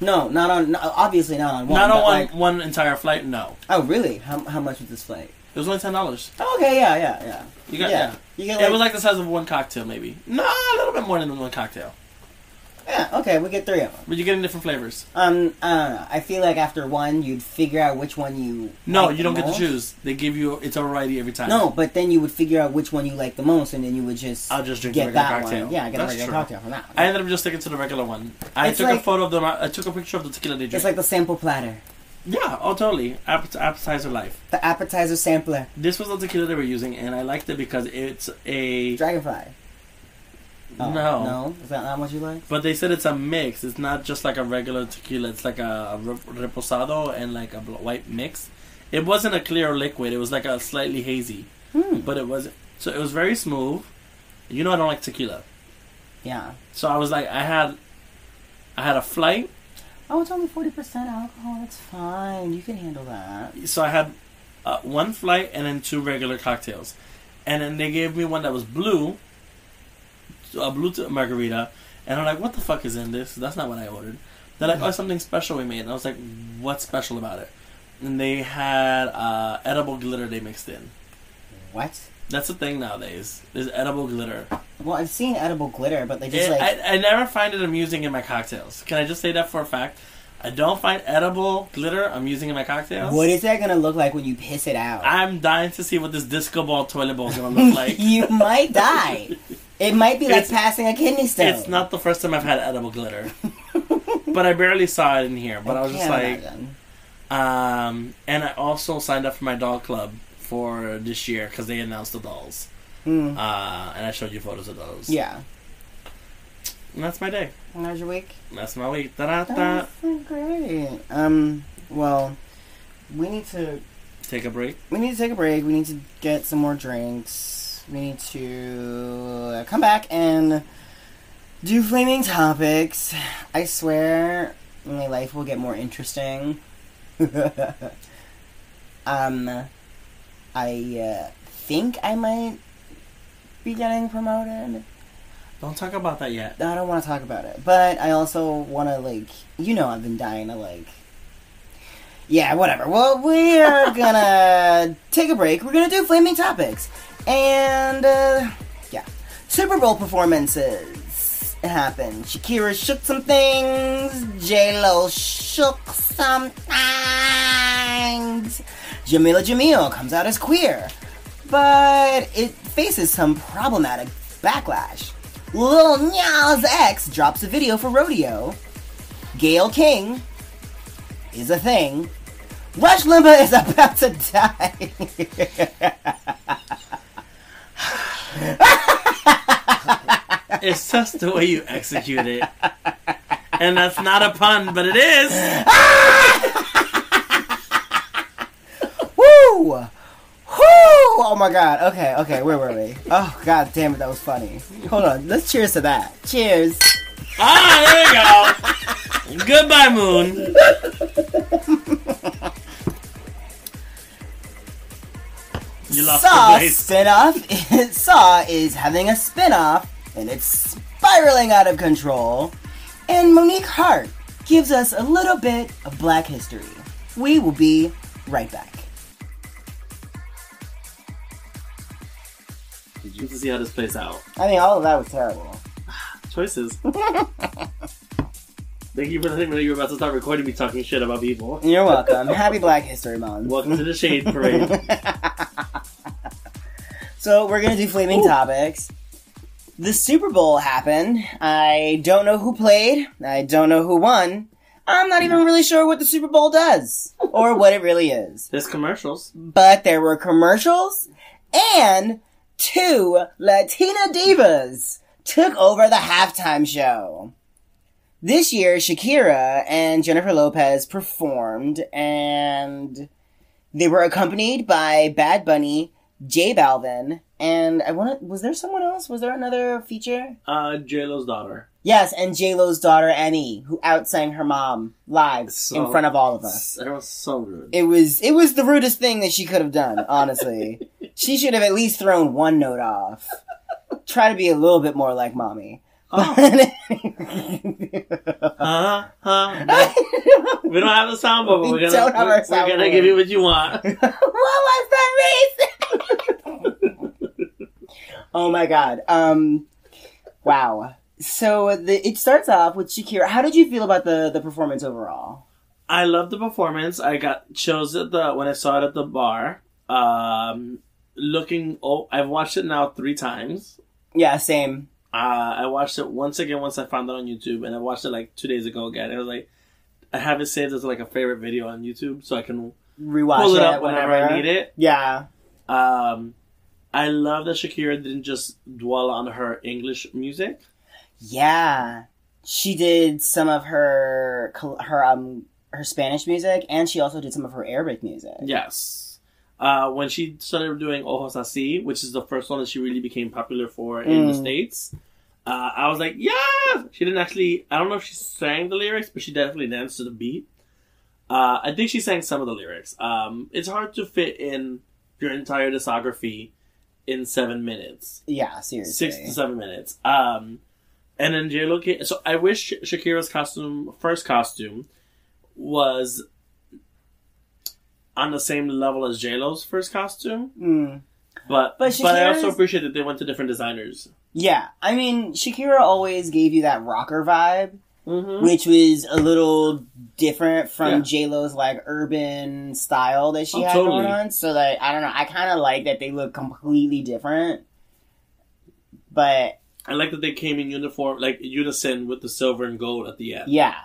[SPEAKER 2] No, not on. No, obviously not on one.
[SPEAKER 1] not
[SPEAKER 2] but
[SPEAKER 1] on one
[SPEAKER 2] like-
[SPEAKER 1] one entire flight. No,
[SPEAKER 2] oh, really? How, how much was this flight?
[SPEAKER 1] it was only ten dollars.
[SPEAKER 2] Oh, okay, yeah, yeah, yeah.
[SPEAKER 1] You got
[SPEAKER 2] yeah.
[SPEAKER 1] yeah.
[SPEAKER 2] You get like,
[SPEAKER 1] it was like the size of one cocktail, maybe. No, a little bit more than one cocktail,
[SPEAKER 2] yeah. Okay, we get three of them.
[SPEAKER 1] but you're getting different flavors.
[SPEAKER 2] Um, I don't know. I feel like after one, you'd figure out which one you.
[SPEAKER 1] No,
[SPEAKER 2] like
[SPEAKER 1] you
[SPEAKER 2] the
[SPEAKER 1] don't get to
[SPEAKER 2] most.
[SPEAKER 1] choose. They give you it's a variety every time.
[SPEAKER 2] No, but then you would figure out which one you like the most, and then you would just
[SPEAKER 1] I'll just drink the
[SPEAKER 2] get
[SPEAKER 1] regular
[SPEAKER 2] that
[SPEAKER 1] cocktail.
[SPEAKER 2] one. Yeah, I get a
[SPEAKER 1] That's
[SPEAKER 2] regular
[SPEAKER 1] true.
[SPEAKER 2] cocktail from that. One.
[SPEAKER 1] I ended up just sticking to the regular one. I
[SPEAKER 2] It's
[SPEAKER 1] took a
[SPEAKER 2] like-
[SPEAKER 1] photo of the. mar- I took a picture of the tequila they
[SPEAKER 2] it's
[SPEAKER 1] drink.
[SPEAKER 2] like the sample platter,
[SPEAKER 1] yeah, oh totally. App- appetizer life.
[SPEAKER 2] the appetizer sampler,
[SPEAKER 1] This was the tequila they were using, and I liked it because it's a
[SPEAKER 2] dragonfly. Oh,
[SPEAKER 1] no.
[SPEAKER 2] no, is that not what you like?
[SPEAKER 1] But they said it's a mix. It's not just like a regular tequila. It's like a re- reposado and like a bl- white mix. It wasn't a clear liquid. It was like a slightly hazy,
[SPEAKER 2] Hmm.
[SPEAKER 1] but it was so it was very smooth. You know I don't like tequila,
[SPEAKER 2] Yeah.
[SPEAKER 1] so I was like I had, I had a flight,
[SPEAKER 2] Oh, it's only forty percent alcohol. It's fine. You can handle that.
[SPEAKER 1] so I had uh, one flight and then two regular cocktails, and then they gave me one that was blue, a blue t- margarita, and I'm like, what the fuck is in this? That's not what I ordered. They're like, oh, something special we made, and I was like, what's special about it? And they had uh, edible glitter they mixed in.
[SPEAKER 2] What?
[SPEAKER 1] That's the thing nowadays. Is edible glitter.
[SPEAKER 2] Well, I've seen edible glitter, but they just
[SPEAKER 1] It-
[SPEAKER 2] like
[SPEAKER 1] I, I never find it amusing in my cocktails. Can I just say that for a fact? I don't find edible glitter amusing in my cocktails.
[SPEAKER 2] What is that gonna look like when you piss it out?
[SPEAKER 1] I'm dying to see what this disco ball toilet bowl is gonna look like.
[SPEAKER 2] you might die. It might be like
[SPEAKER 1] It's-
[SPEAKER 2] passing a kidney stone.
[SPEAKER 1] It's not the first time I've had edible glitter, but I barely saw it in here. But I, was just
[SPEAKER 2] can't
[SPEAKER 1] like,
[SPEAKER 2] imagine.
[SPEAKER 1] um, and I also signed up for my doll club for this year because they announced the dolls,
[SPEAKER 2] Hmm.
[SPEAKER 1] uh, and I showed you photos of those.
[SPEAKER 2] yeah.
[SPEAKER 1] and that's my day.
[SPEAKER 2] And how's your week?
[SPEAKER 1] That's my week. Da da da.
[SPEAKER 2] That's so great. Um. Well, we need to
[SPEAKER 1] Take a break.
[SPEAKER 2] we need to take a break. We need to get some more drinks. We need to uh, come back and do flaming topics. I swear, my life will get more interesting. um, I uh, think I might be getting promoted.
[SPEAKER 1] Don't talk about that yet.
[SPEAKER 2] I don't want to talk about it, but I also want to like you know I've been dying to like. Yeah, whatever. Well, we are gonna take a break. We're gonna do flaming topics, and uh, yeah, Super Bowl performances happened. Shakira shook some things. J Lo shook some things. Jamila Jamil comes out as queer, but it faces some problematic backlash. Lil Nas X drops a video for Rodeo. Gail King is a thing. Rush Limbaugh is about to die.
[SPEAKER 1] It's just the way you execute it. And that's not a pun, but it is.
[SPEAKER 2] Woo! Woo! Oh my god. Okay, okay, where were we? Oh god damn it, that was funny. Hold on, let's cheers to that. Cheers.
[SPEAKER 1] Ah, there you go. Goodbye, Moon. You lost
[SPEAKER 2] Saw
[SPEAKER 1] the place.
[SPEAKER 2] spinoff. Saw is having a spinoff, and it's spiraling out of control. And Monique Hart gives us a little bit of Black history. We will be right back.
[SPEAKER 1] Just to see how this plays out.
[SPEAKER 2] I mean, all of that was terrible.
[SPEAKER 1] Choices. Thank you for letting me know you were about to start recording me talking shit about people.
[SPEAKER 2] You're welcome. Happy Black History Month.
[SPEAKER 1] Welcome to the Shade Parade.
[SPEAKER 2] So we're gonna do flaming
[SPEAKER 1] Ooh.
[SPEAKER 2] topics. The Super Bowl happened. I don't know who played. I don't know who won. I'm not even really sure what the Super Bowl does or what it really is.
[SPEAKER 1] There's commercials.
[SPEAKER 2] But there were commercials and two Latina divas took over the halftime show. This year, Shakira and Jennifer Lopez performed and they were accompanied by Bad Bunny, J Balvin, and I want to, was there someone else? Was there another feature?
[SPEAKER 1] Uh, J-Lo's daughter.
[SPEAKER 2] Yes, and J Lo's daughter Annie, who outsang her mom live in
[SPEAKER 1] So-
[SPEAKER 2] front of all of us.
[SPEAKER 1] Everyone's so rude.
[SPEAKER 2] It was it was the rudest thing that she could have done, honestly. she should have at least thrown one note off. Try to be a little bit more like mommy.
[SPEAKER 1] Oh. uh, uh, no. We don't have the sound bubble.
[SPEAKER 2] We
[SPEAKER 1] We are gonna,
[SPEAKER 2] don't have our
[SPEAKER 1] we're-
[SPEAKER 2] sound
[SPEAKER 1] We're
[SPEAKER 2] bubble.
[SPEAKER 1] gonna give you what you want.
[SPEAKER 2] what was that reason? oh my god. Um wow. So the, it starts off with Shakira. How did you feel about the the performance overall?
[SPEAKER 1] I love the performance. I got chills at the when I saw it at the bar. Um, looking, oh, I've watched it now three times.
[SPEAKER 2] Yeah, same.
[SPEAKER 1] Uh, I watched it once again once I found it on YouTube, and I watched it like two days ago again. It was like I have it saved as like a favorite video on YouTube, so I can
[SPEAKER 2] Rewatch
[SPEAKER 1] pull it
[SPEAKER 2] it
[SPEAKER 1] up whenever I need it.
[SPEAKER 2] Yeah.
[SPEAKER 1] Um, I love that Shakira didn't just dwell on her English music.
[SPEAKER 2] Yeah, she did some of her col- her um her Spanish music, and she also did some of her Arabic music.
[SPEAKER 1] Yes. Uh, when she started doing Ojos Así, which is the first one that she really became popular for in the
[SPEAKER 2] Mm.
[SPEAKER 1] States, uh, I was like, yeah! She didn't actually, I don't know if she sang the lyrics, but she definitely danced to the beat. Uh, I think she sang some of the lyrics. Um, it's hard to fit in your entire discography in seven minutes,
[SPEAKER 2] Yeah, seriously.
[SPEAKER 1] six to seven minutes. Um, and then J-Lo ca- so I wish Sha- Shakira's costume, first costume, was on the same level as J Lo's first costume,
[SPEAKER 2] Mm.
[SPEAKER 1] but
[SPEAKER 2] But
[SPEAKER 1] but, I
[SPEAKER 2] Shakira's-
[SPEAKER 1] also appreciate that they went to different designers.
[SPEAKER 2] Yeah, I mean Shakira always gave you that rocker vibe,
[SPEAKER 1] Mm-hmm.
[SPEAKER 2] which was a little different from
[SPEAKER 1] Yeah.
[SPEAKER 2] J Lo's like urban style that she
[SPEAKER 1] Oh,
[SPEAKER 2] had
[SPEAKER 1] totally.
[SPEAKER 2] going on. So like I don't know, I kind of like that they look completely different, but
[SPEAKER 1] I like that they came in uniform, like unison with the silver and gold at the end.
[SPEAKER 2] yeah,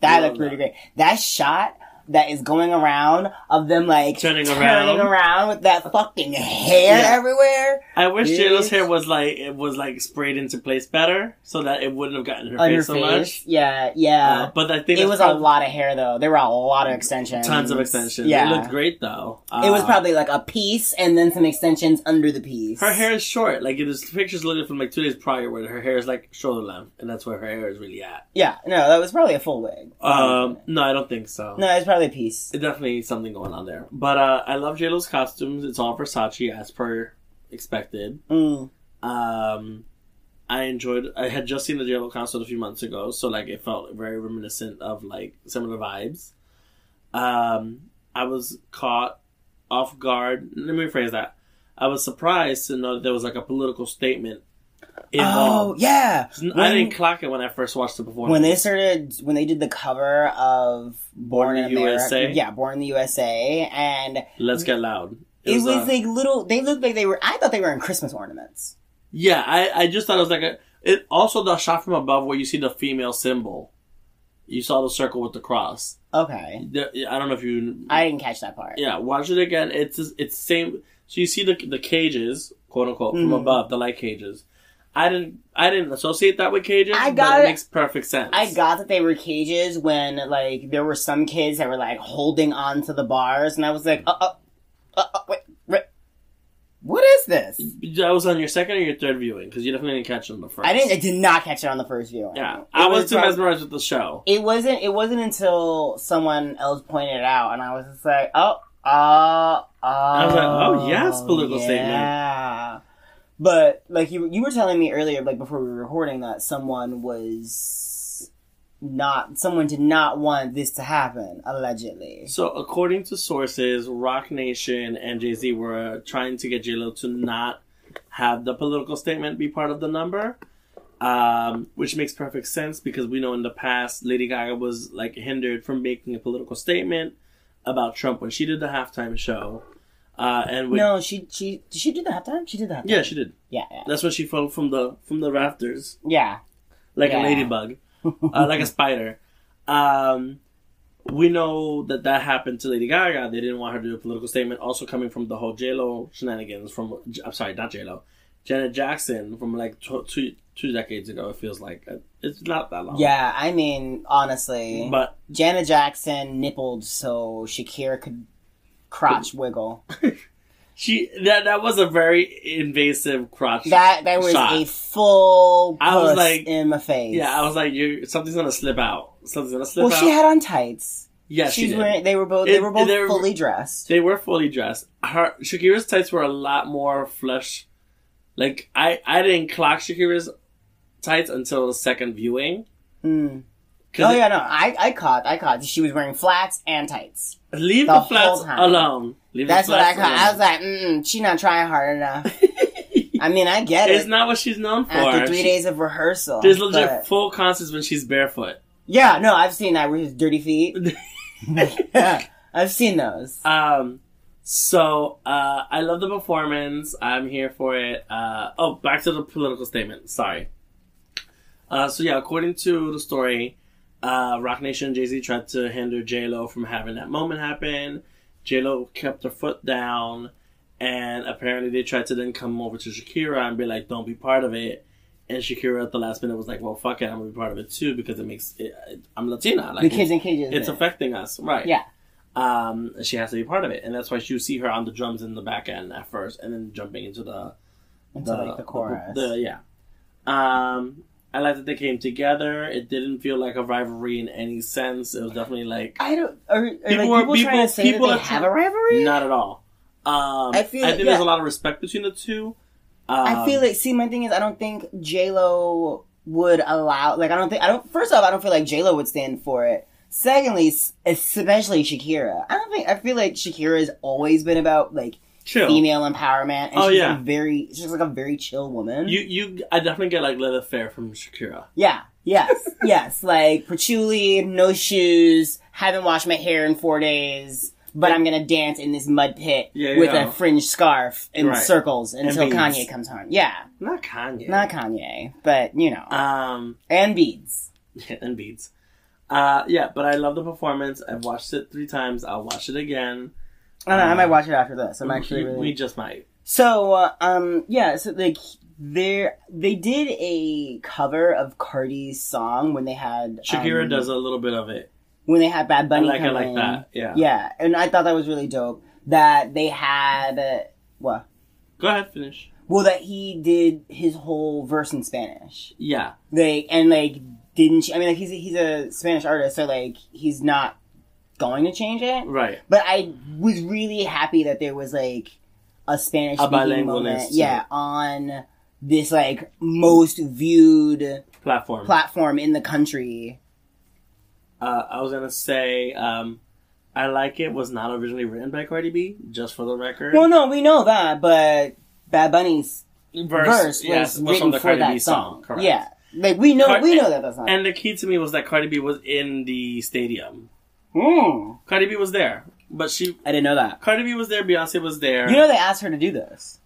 [SPEAKER 2] that
[SPEAKER 1] Love
[SPEAKER 2] looked pretty
[SPEAKER 1] that.
[SPEAKER 2] great. That shot that is going around of them like
[SPEAKER 1] Turning
[SPEAKER 2] turning
[SPEAKER 1] around.
[SPEAKER 2] around with that fucking hair
[SPEAKER 1] Yeah.
[SPEAKER 2] everywhere
[SPEAKER 1] I wish
[SPEAKER 2] Yes.
[SPEAKER 1] J Lo's hair was like it was like sprayed into place better, so that it wouldn't have gotten in her
[SPEAKER 2] on
[SPEAKER 1] face
[SPEAKER 2] your
[SPEAKER 1] so
[SPEAKER 2] face.
[SPEAKER 1] much.
[SPEAKER 2] Yeah, yeah.
[SPEAKER 1] Uh, but I think
[SPEAKER 2] it
[SPEAKER 1] that's
[SPEAKER 2] was a
[SPEAKER 1] probably-
[SPEAKER 2] lot of hair though. There were a lot of extensions.
[SPEAKER 1] tons of extensions.
[SPEAKER 2] Yeah,
[SPEAKER 1] it looked great though.
[SPEAKER 2] It was
[SPEAKER 1] Uh,
[SPEAKER 2] probably like a piece and then some extensions under the piece.
[SPEAKER 1] Her hair is short. Like, there's pictures literally from like two days prior where her hair is like shoulder length, and that's where her hair is really at.
[SPEAKER 2] Yeah, no, that was probably a full wig.
[SPEAKER 1] Um, no, I don't think so.
[SPEAKER 2] no, it was probably a piece.
[SPEAKER 1] It definitely is something going on there. But uh, I love JLo's costumes. It's all Versace as per expected.
[SPEAKER 2] Mm.
[SPEAKER 1] Um, I enjoyed. I had just seen the JLo concert a few months ago, so like it felt very reminiscent of like similar vibes. Um, I was caught off guard. Let me rephrase that. I was surprised to know that there was like a political statement
[SPEAKER 2] Oh
[SPEAKER 1] involved.
[SPEAKER 2] yeah,
[SPEAKER 1] I
[SPEAKER 2] when-
[SPEAKER 1] didn't clock it when I first watched the performance.
[SPEAKER 2] when they started when they did the cover of Born,
[SPEAKER 1] Born in
[SPEAKER 2] in
[SPEAKER 1] the
[SPEAKER 2] America,
[SPEAKER 1] USA?
[SPEAKER 2] yeah, Born in the USA, and
[SPEAKER 1] Let's get loud.
[SPEAKER 2] it was,
[SPEAKER 1] uh,
[SPEAKER 2] like little. They looked like they were. I thought they were in Christmas ornaments.
[SPEAKER 1] Yeah, I, I just thought it was like a. It also the shot from above where you see the female symbol. You saw the circle with the cross.
[SPEAKER 2] Okay,
[SPEAKER 1] The, I don't know if you.
[SPEAKER 2] I didn't catch that part.
[SPEAKER 1] yeah, watch it again. It's it's same. So you see the the cages, quote unquote, from
[SPEAKER 2] Mhm.
[SPEAKER 1] above the light cages. I didn't I didn't associate that with cages.
[SPEAKER 2] I
[SPEAKER 1] but
[SPEAKER 2] got
[SPEAKER 1] it.
[SPEAKER 2] it.
[SPEAKER 1] Makes perfect sense.
[SPEAKER 2] I got that they were cages when like there were some kids that were like holding on to the bars, and I was like, uh, uh, uh, uh wait, wait, what is this?
[SPEAKER 1] That was on your second or your third viewing because you definitely didn't catch it on the first.
[SPEAKER 2] I didn't. I did not catch it on the first viewing.
[SPEAKER 1] Yeah,
[SPEAKER 2] It
[SPEAKER 1] I was too
[SPEAKER 2] prob-
[SPEAKER 1] mesmerized with the show.
[SPEAKER 2] It wasn't. It wasn't until someone else pointed it out, and I was just like, oh, uh, uh, I
[SPEAKER 1] was like, oh, yes, political statement.
[SPEAKER 2] statement. But like you, you were telling me earlier, like before we were recording, that someone was not. Someone did not want this to happen. Allegedly.
[SPEAKER 1] So, according to sources, Rock Nation and Jay Z were trying to get J Lo to not have the political statement be part of the number, um, which makes perfect sense because we know in the past Lady Gaga was like hindered from making a political statement about Trump when she did the halftime show. Uh, and with,
[SPEAKER 2] No, she she did she do the halftime? She did the halftime.
[SPEAKER 1] yeah, she did.
[SPEAKER 2] yeah, yeah,
[SPEAKER 1] That's when she fell from the from the rafters
[SPEAKER 2] yeah.
[SPEAKER 1] like a
[SPEAKER 2] Yeah.
[SPEAKER 1] ladybug, uh, like a spider. Um, we know that that happened to Lady Gaga. They didn't want her to do a political statement. Also coming from the whole J Lo shenanigans from I'm sorry, not J Lo, Janet Jackson from like tw- two two decades ago. It feels like Uh, it's not that long.
[SPEAKER 2] Yeah, I mean, honestly,
[SPEAKER 1] but
[SPEAKER 2] Janet Jackson nippled so Shakira could crotch wiggle.
[SPEAKER 1] she that that was a very invasive crotch.
[SPEAKER 2] That that was
[SPEAKER 1] Shot.
[SPEAKER 2] a full
[SPEAKER 1] I was
[SPEAKER 2] puss
[SPEAKER 1] like-
[SPEAKER 2] in my face.
[SPEAKER 1] yeah, I was like, you something's gonna slip out. Something's gonna slip
[SPEAKER 2] well,
[SPEAKER 1] out.
[SPEAKER 2] she had on tights.
[SPEAKER 1] yeah, she
[SPEAKER 2] She's
[SPEAKER 1] did.
[SPEAKER 2] wearing. They were both. They
[SPEAKER 1] It-
[SPEAKER 2] were both
[SPEAKER 1] they're-
[SPEAKER 2] fully dressed.
[SPEAKER 1] They were fully dressed. Her Shakira's tights were a lot more flush. Like I, I didn't clock Shakira's tights until the second viewing.
[SPEAKER 2] Mm.
[SPEAKER 1] 'Cause
[SPEAKER 2] Oh yeah, no, I, I caught, I caught. She was wearing flats and tights.
[SPEAKER 1] it- leave
[SPEAKER 2] The
[SPEAKER 1] the, flats
[SPEAKER 2] whole time.
[SPEAKER 1] alone. Leave
[SPEAKER 2] That's
[SPEAKER 1] the
[SPEAKER 2] what I
[SPEAKER 1] flats
[SPEAKER 2] caught. I was
[SPEAKER 1] alone.
[SPEAKER 2] like, mm, she not trying hard enough. I mean, I get
[SPEAKER 1] It's
[SPEAKER 2] it.
[SPEAKER 1] not what she's known for.
[SPEAKER 2] After three
[SPEAKER 1] She-
[SPEAKER 2] days of rehearsal,
[SPEAKER 1] there's legit
[SPEAKER 2] but-
[SPEAKER 1] full concerts when she's barefoot.
[SPEAKER 2] Yeah, no, I've seen that with his dirty feet. I've seen those.
[SPEAKER 1] Um, so uh, I love the performance. I'm here for it. Uh, oh, back to the political statement. Sorry. Uh, so yeah, according to the story, uh, Rock Nation and Jay Z tried to hinder J Lo from having that moment happen. J Lo kept her foot down, and apparently they tried to then come over to Shakira and be like, "Don't be part of it." And Shakira at the last minute was like, "Well, fuck it, I'm gonna be part of it too because it makes it, I'm Latina. Like
[SPEAKER 2] the kids in cages.
[SPEAKER 1] it's
[SPEAKER 2] then.
[SPEAKER 1] affecting us, right?
[SPEAKER 2] Yeah.
[SPEAKER 1] Um, she has to be part of it, and that's why you see her on the drums in the back end at first, and then jumping into the
[SPEAKER 2] Into like the chorus.
[SPEAKER 1] the- yeah. Um, I like that they came together. It didn't feel like a rivalry in any sense. It was definitely like
[SPEAKER 2] I don't. Are, are like,
[SPEAKER 1] People
[SPEAKER 2] people,
[SPEAKER 1] are-
[SPEAKER 2] trying
[SPEAKER 1] people-
[SPEAKER 2] to say
[SPEAKER 1] people
[SPEAKER 2] that
[SPEAKER 1] are
[SPEAKER 2] they have
[SPEAKER 1] try-
[SPEAKER 2] a rivalry?
[SPEAKER 1] not at all. Um,
[SPEAKER 2] I
[SPEAKER 1] I,
[SPEAKER 2] feel-
[SPEAKER 1] think there's
[SPEAKER 2] yeah.
[SPEAKER 1] a lot of respect between the two. Um,
[SPEAKER 2] I feel like. See, my thing is, I don't think J Lo would allow. Like, I don't think. I don't. First off, I don't feel like J Lo would stand for it. Secondly, s- especially Shakira. I don't think. I feel like Shakira has always been about like
[SPEAKER 1] chill.
[SPEAKER 2] female empowerment, and
[SPEAKER 1] Oh,
[SPEAKER 2] she's
[SPEAKER 1] yeah.
[SPEAKER 2] a very. She's like a very chill woman.
[SPEAKER 1] You you I definitely get like leather fair from Shakira.
[SPEAKER 2] Yeah. Yes. yes. Like patchouli, no shoes, haven't washed my hair in four days, but I'm gonna dance in this mud pit
[SPEAKER 1] Yeah,
[SPEAKER 2] with
[SPEAKER 1] yeah.
[SPEAKER 2] a fringe scarf in
[SPEAKER 1] Right.
[SPEAKER 2] circles until
[SPEAKER 1] beads.
[SPEAKER 2] Kanye comes home. Yeah.
[SPEAKER 1] Not Kanye.
[SPEAKER 2] Not Kanye, but you know.
[SPEAKER 1] um.
[SPEAKER 2] and beads.
[SPEAKER 1] and beads. Uh, yeah, but I love the performance. I've watched it three times. I'll watch it again.
[SPEAKER 2] I don't know, I
[SPEAKER 1] Uh,
[SPEAKER 2] might watch it after this. I'm actually
[SPEAKER 1] we,
[SPEAKER 2] really
[SPEAKER 1] we just might.
[SPEAKER 2] So, uh, um, yeah, so like there, they did a cover of Cardi's song when they had
[SPEAKER 1] Shakira
[SPEAKER 2] um,
[SPEAKER 1] does a little bit of it.
[SPEAKER 2] when they had Bad
[SPEAKER 1] I
[SPEAKER 2] Bunny.
[SPEAKER 1] like I
[SPEAKER 2] come
[SPEAKER 1] like
[SPEAKER 2] in.
[SPEAKER 1] that. Yeah.
[SPEAKER 2] Yeah, and I thought that was really dope that they had uh, what?
[SPEAKER 1] Go ahead, finish.
[SPEAKER 2] Well, that he did his whole verse in Spanish.
[SPEAKER 1] Yeah.
[SPEAKER 2] Like and like didn't ch- I mean like he's a, he's a Spanish artist, so like he's not going to change it.
[SPEAKER 1] Right.
[SPEAKER 2] But I was really happy that there was like a Spanish
[SPEAKER 1] A
[SPEAKER 2] speaking
[SPEAKER 1] bilingualness
[SPEAKER 2] moment,
[SPEAKER 1] to
[SPEAKER 2] yeah, on this like most viewed
[SPEAKER 1] Platform.
[SPEAKER 2] platform in the country.
[SPEAKER 1] uh, I was gonna say, um, I like it was not originally written by Cardi B. Just for the record.
[SPEAKER 2] Well, no, we know that, but Bad Bunny's
[SPEAKER 1] verse,
[SPEAKER 2] verse
[SPEAKER 1] yes,
[SPEAKER 2] was written for that song.
[SPEAKER 1] Correct.
[SPEAKER 2] Yeah, like we know,
[SPEAKER 1] Car-
[SPEAKER 2] we know that that's not.
[SPEAKER 1] And the key to me was that Cardi B was in the stadium.
[SPEAKER 2] Mm.
[SPEAKER 1] Cardi B was there, but she
[SPEAKER 2] I didn't know that.
[SPEAKER 1] Cardi B was there. Beyonce was there.
[SPEAKER 2] You know, they asked her to do this.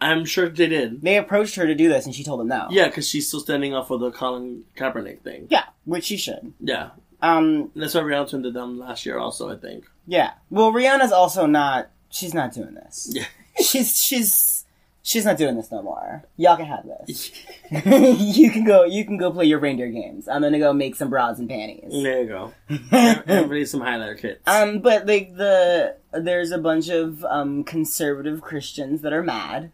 [SPEAKER 1] I'm sure they did.
[SPEAKER 2] They approached her to do this, and she told them no.
[SPEAKER 1] Yeah, because she's still standing up for the Colin Kaepernick thing.
[SPEAKER 2] yeah, which she should.
[SPEAKER 1] Yeah.
[SPEAKER 2] Um,
[SPEAKER 1] And that's why Rihanna turned it down last year also, I think.
[SPEAKER 2] yeah. Well, Rihanna's also not. She's not doing this.
[SPEAKER 1] Yeah.
[SPEAKER 2] she's she's she's not doing this no more. Y'all can have this. you can go. You can go play your reindeer games. I'm gonna go make some bras and panties.
[SPEAKER 1] There you go. And and release some highlighter kits.
[SPEAKER 2] Um, but like the there's a bunch of um conservative Christians that are mad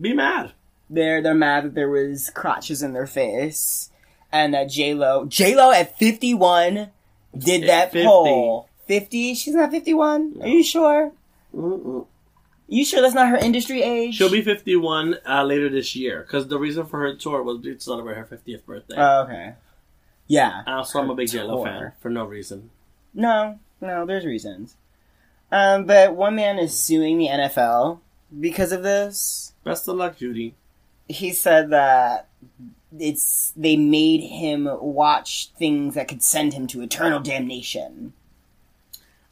[SPEAKER 1] Be mad.
[SPEAKER 2] They're they're mad that there was crotches in their face, and that J Lo J Lo at fifty one did that
[SPEAKER 1] 50.
[SPEAKER 2] poll. Fifty? She's not fifty one. Are you sure?
[SPEAKER 1] Mm-mm.
[SPEAKER 2] You sure that's not her industry age?
[SPEAKER 1] She'll be 51 uh, later this year because the reason for her tour was to celebrate her 50th birthday.
[SPEAKER 2] Oh, okay. Yeah.
[SPEAKER 1] Uh, so I'm a big J-Lo
[SPEAKER 2] tour.
[SPEAKER 1] fan for no reason.
[SPEAKER 2] No. No. There's reasons. Um, but one man is suing the NFL because of this.
[SPEAKER 1] Best of luck, Judy.
[SPEAKER 2] he said that it's they made him watch things that could send him to eternal damnation.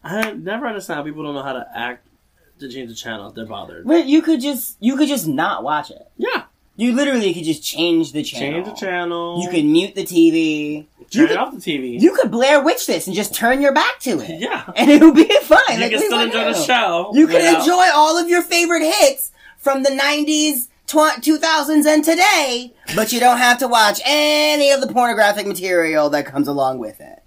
[SPEAKER 1] I never understand how people don't know how to act to change the channel if they're bothered.
[SPEAKER 2] But you could just you could just not watch it.
[SPEAKER 1] Yeah.
[SPEAKER 2] You literally could just change the channel.
[SPEAKER 1] Change the channel.
[SPEAKER 2] You could mute the TV.
[SPEAKER 1] turn
[SPEAKER 2] you could-
[SPEAKER 1] off the TV.
[SPEAKER 2] You could Blair Witch this and just turn your back to it.
[SPEAKER 1] yeah.
[SPEAKER 2] And it'll be fine.
[SPEAKER 1] you can
[SPEAKER 2] Like, we
[SPEAKER 1] still
[SPEAKER 2] want
[SPEAKER 1] enjoy the
[SPEAKER 2] to.
[SPEAKER 1] show.
[SPEAKER 2] You can
[SPEAKER 1] without-
[SPEAKER 2] enjoy all of your favorite hits from the 90s, tw- 2000s, and today, but you don't have to watch any of the pornographic material that comes along with it.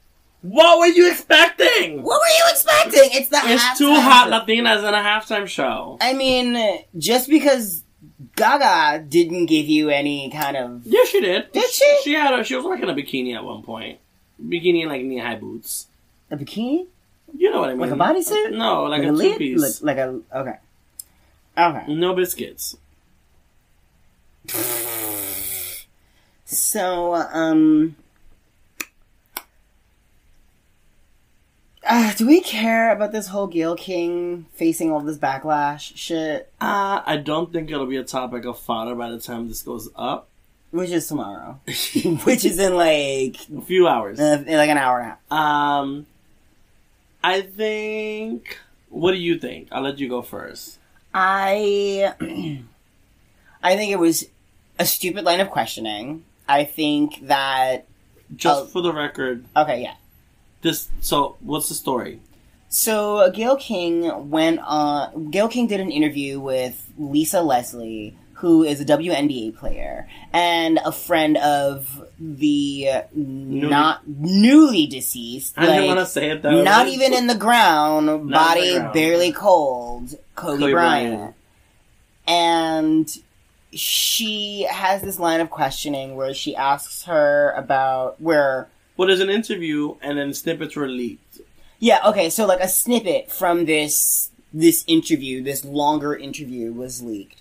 [SPEAKER 1] What were you expecting?
[SPEAKER 2] What were you expecting? It's the
[SPEAKER 1] It's two
[SPEAKER 2] halftime
[SPEAKER 1] hot
[SPEAKER 2] show.
[SPEAKER 1] Latinas in a halftime show.
[SPEAKER 2] I mean, just because Gaga didn't give you any kind of
[SPEAKER 1] Yeah, she did.
[SPEAKER 2] Did she?
[SPEAKER 1] She had. A, she was rocking a bikini at one point. Bikini and like knee high boots.
[SPEAKER 2] a bikini,
[SPEAKER 1] You know what I mean?
[SPEAKER 2] like a bodysuit,
[SPEAKER 1] No, like,
[SPEAKER 2] like
[SPEAKER 1] a, two
[SPEAKER 2] lid,
[SPEAKER 1] piece.
[SPEAKER 2] like, like a okay, okay.
[SPEAKER 1] No biscuits.
[SPEAKER 2] So um, uh, do we care about this whole Gail King facing all this backlash shit,
[SPEAKER 1] Uh, I don't think it'll be a topic of fodder by the time this goes up.
[SPEAKER 2] which is tomorrow, which is in like
[SPEAKER 1] A few hours.
[SPEAKER 2] uh, in like an hour and a half.
[SPEAKER 1] Um, I think. What do you think? I'll let you go first.
[SPEAKER 2] I I think it was a stupid line of questioning. I think that
[SPEAKER 1] Just
[SPEAKER 2] Oh.
[SPEAKER 1] for the record,
[SPEAKER 2] okay, yeah.
[SPEAKER 1] this. So, what's the story?
[SPEAKER 2] So Gail King went on. Gail King did an interview with Lisa Leslie, who is a WNBA player and a friend of the not newly deceased.
[SPEAKER 1] I didn't
[SPEAKER 2] like,
[SPEAKER 1] want to say it though.
[SPEAKER 2] not even in the ground,
[SPEAKER 1] the
[SPEAKER 2] body
[SPEAKER 1] ground.
[SPEAKER 2] barely cold, Kobe,
[SPEAKER 1] Kobe
[SPEAKER 2] Bryant.
[SPEAKER 1] Bryant.
[SPEAKER 2] And she has this line of questioning where she asks her about where
[SPEAKER 1] Well, there's an interview, and then snippets were leaked.
[SPEAKER 2] yeah, okay, so like a snippet from this this interview, this longer interview was leaked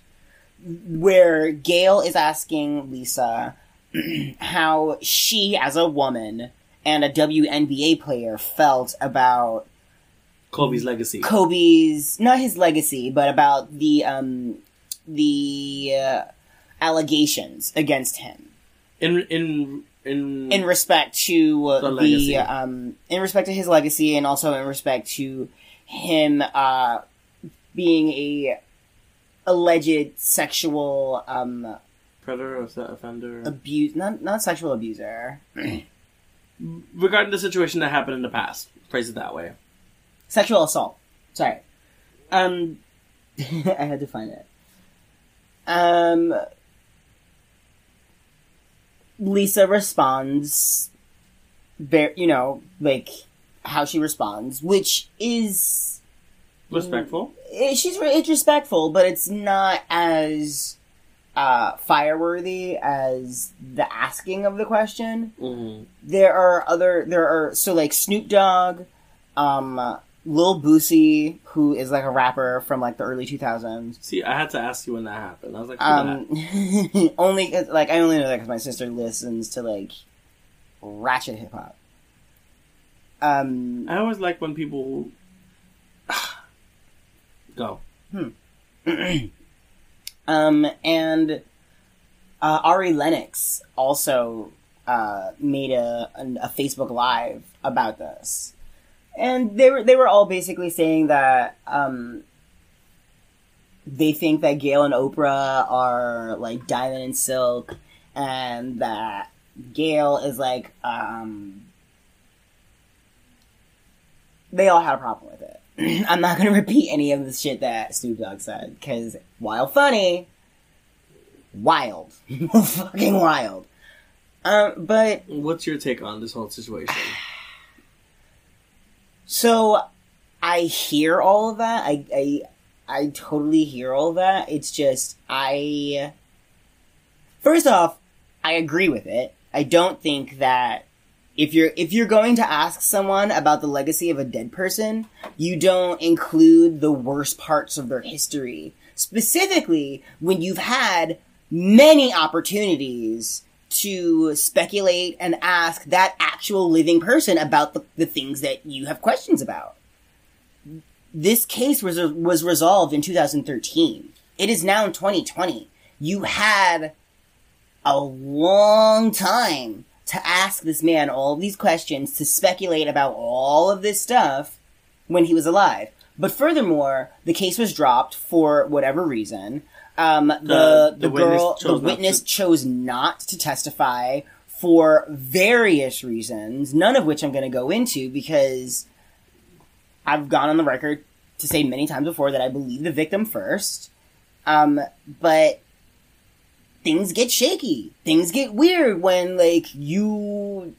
[SPEAKER 2] where Gail is asking Lisa how she as a woman and a WNBA player felt about
[SPEAKER 1] Kobe's legacy.
[SPEAKER 2] Kobe's not his legacy, but about the um the uh, allegations against him
[SPEAKER 1] in in in
[SPEAKER 2] in respect to uh,
[SPEAKER 1] The
[SPEAKER 2] the,
[SPEAKER 1] legacy.
[SPEAKER 2] um in respect to his legacy and also in respect to him uh being a alleged sexual um
[SPEAKER 1] predator or se- offender
[SPEAKER 2] abuse not not sexual abuser
[SPEAKER 1] regarding the situation that happened in the past. Phrase it that way.
[SPEAKER 2] sexual assault. Sorry. Um, I had to find it. Um, Lisa responds, ver- you know, like how she responds, which is
[SPEAKER 1] Respectful.
[SPEAKER 2] it, she's re- it's respectful, but it's not as uh, fireworthy as the asking of the question
[SPEAKER 1] Mm-hmm.
[SPEAKER 2] there are other there are so like Snoop Dogg, um, Lil Boosie, who is like a rapper from like the early two thousands.
[SPEAKER 1] See, I had to ask you when that happened. I was like, who that?
[SPEAKER 2] Um, only 'cause- like I only know that because my sister listens to like ratchet hip hop. Um,
[SPEAKER 1] I always like when people who... go.
[SPEAKER 2] um, and uh, Ari Lennox also uh, made a, an, a Facebook Live about this, and they were they were all basically saying that um, they think that Gail and Oprah are like diamond and silk, and that Gail is like um, they all had a problem with it. I'm not gonna repeat any of the shit that Snoop Dogg said because while funny, wild, fucking wild. Um, but
[SPEAKER 1] What's your take on this whole situation?
[SPEAKER 2] So I hear all of that. I I I totally hear all of that. It's just I First off, I agree with it. I don't think that if you're if you're going to ask someone about the legacy of a dead person, you don't include the worst parts of their history. Specifically when you've had many opportunities to speculate and ask that actual living person about the, the things that you have questions about. This case was was resolved in 2013. It is now 2020. You had a long time to ask this man all these questions, to speculate about all of this stuff when he was alive. But furthermore, the case was dropped for whatever reason. Um, the,
[SPEAKER 1] The- the
[SPEAKER 2] the,
[SPEAKER 1] witness
[SPEAKER 2] girl, the
[SPEAKER 1] chose not
[SPEAKER 2] witness
[SPEAKER 1] to-
[SPEAKER 2] chose not to testify for various reasons, none of which I'm going to go into because I've gone on the record to say many times before that I believe the victim first. Um, but things get shaky. Things get weird when like you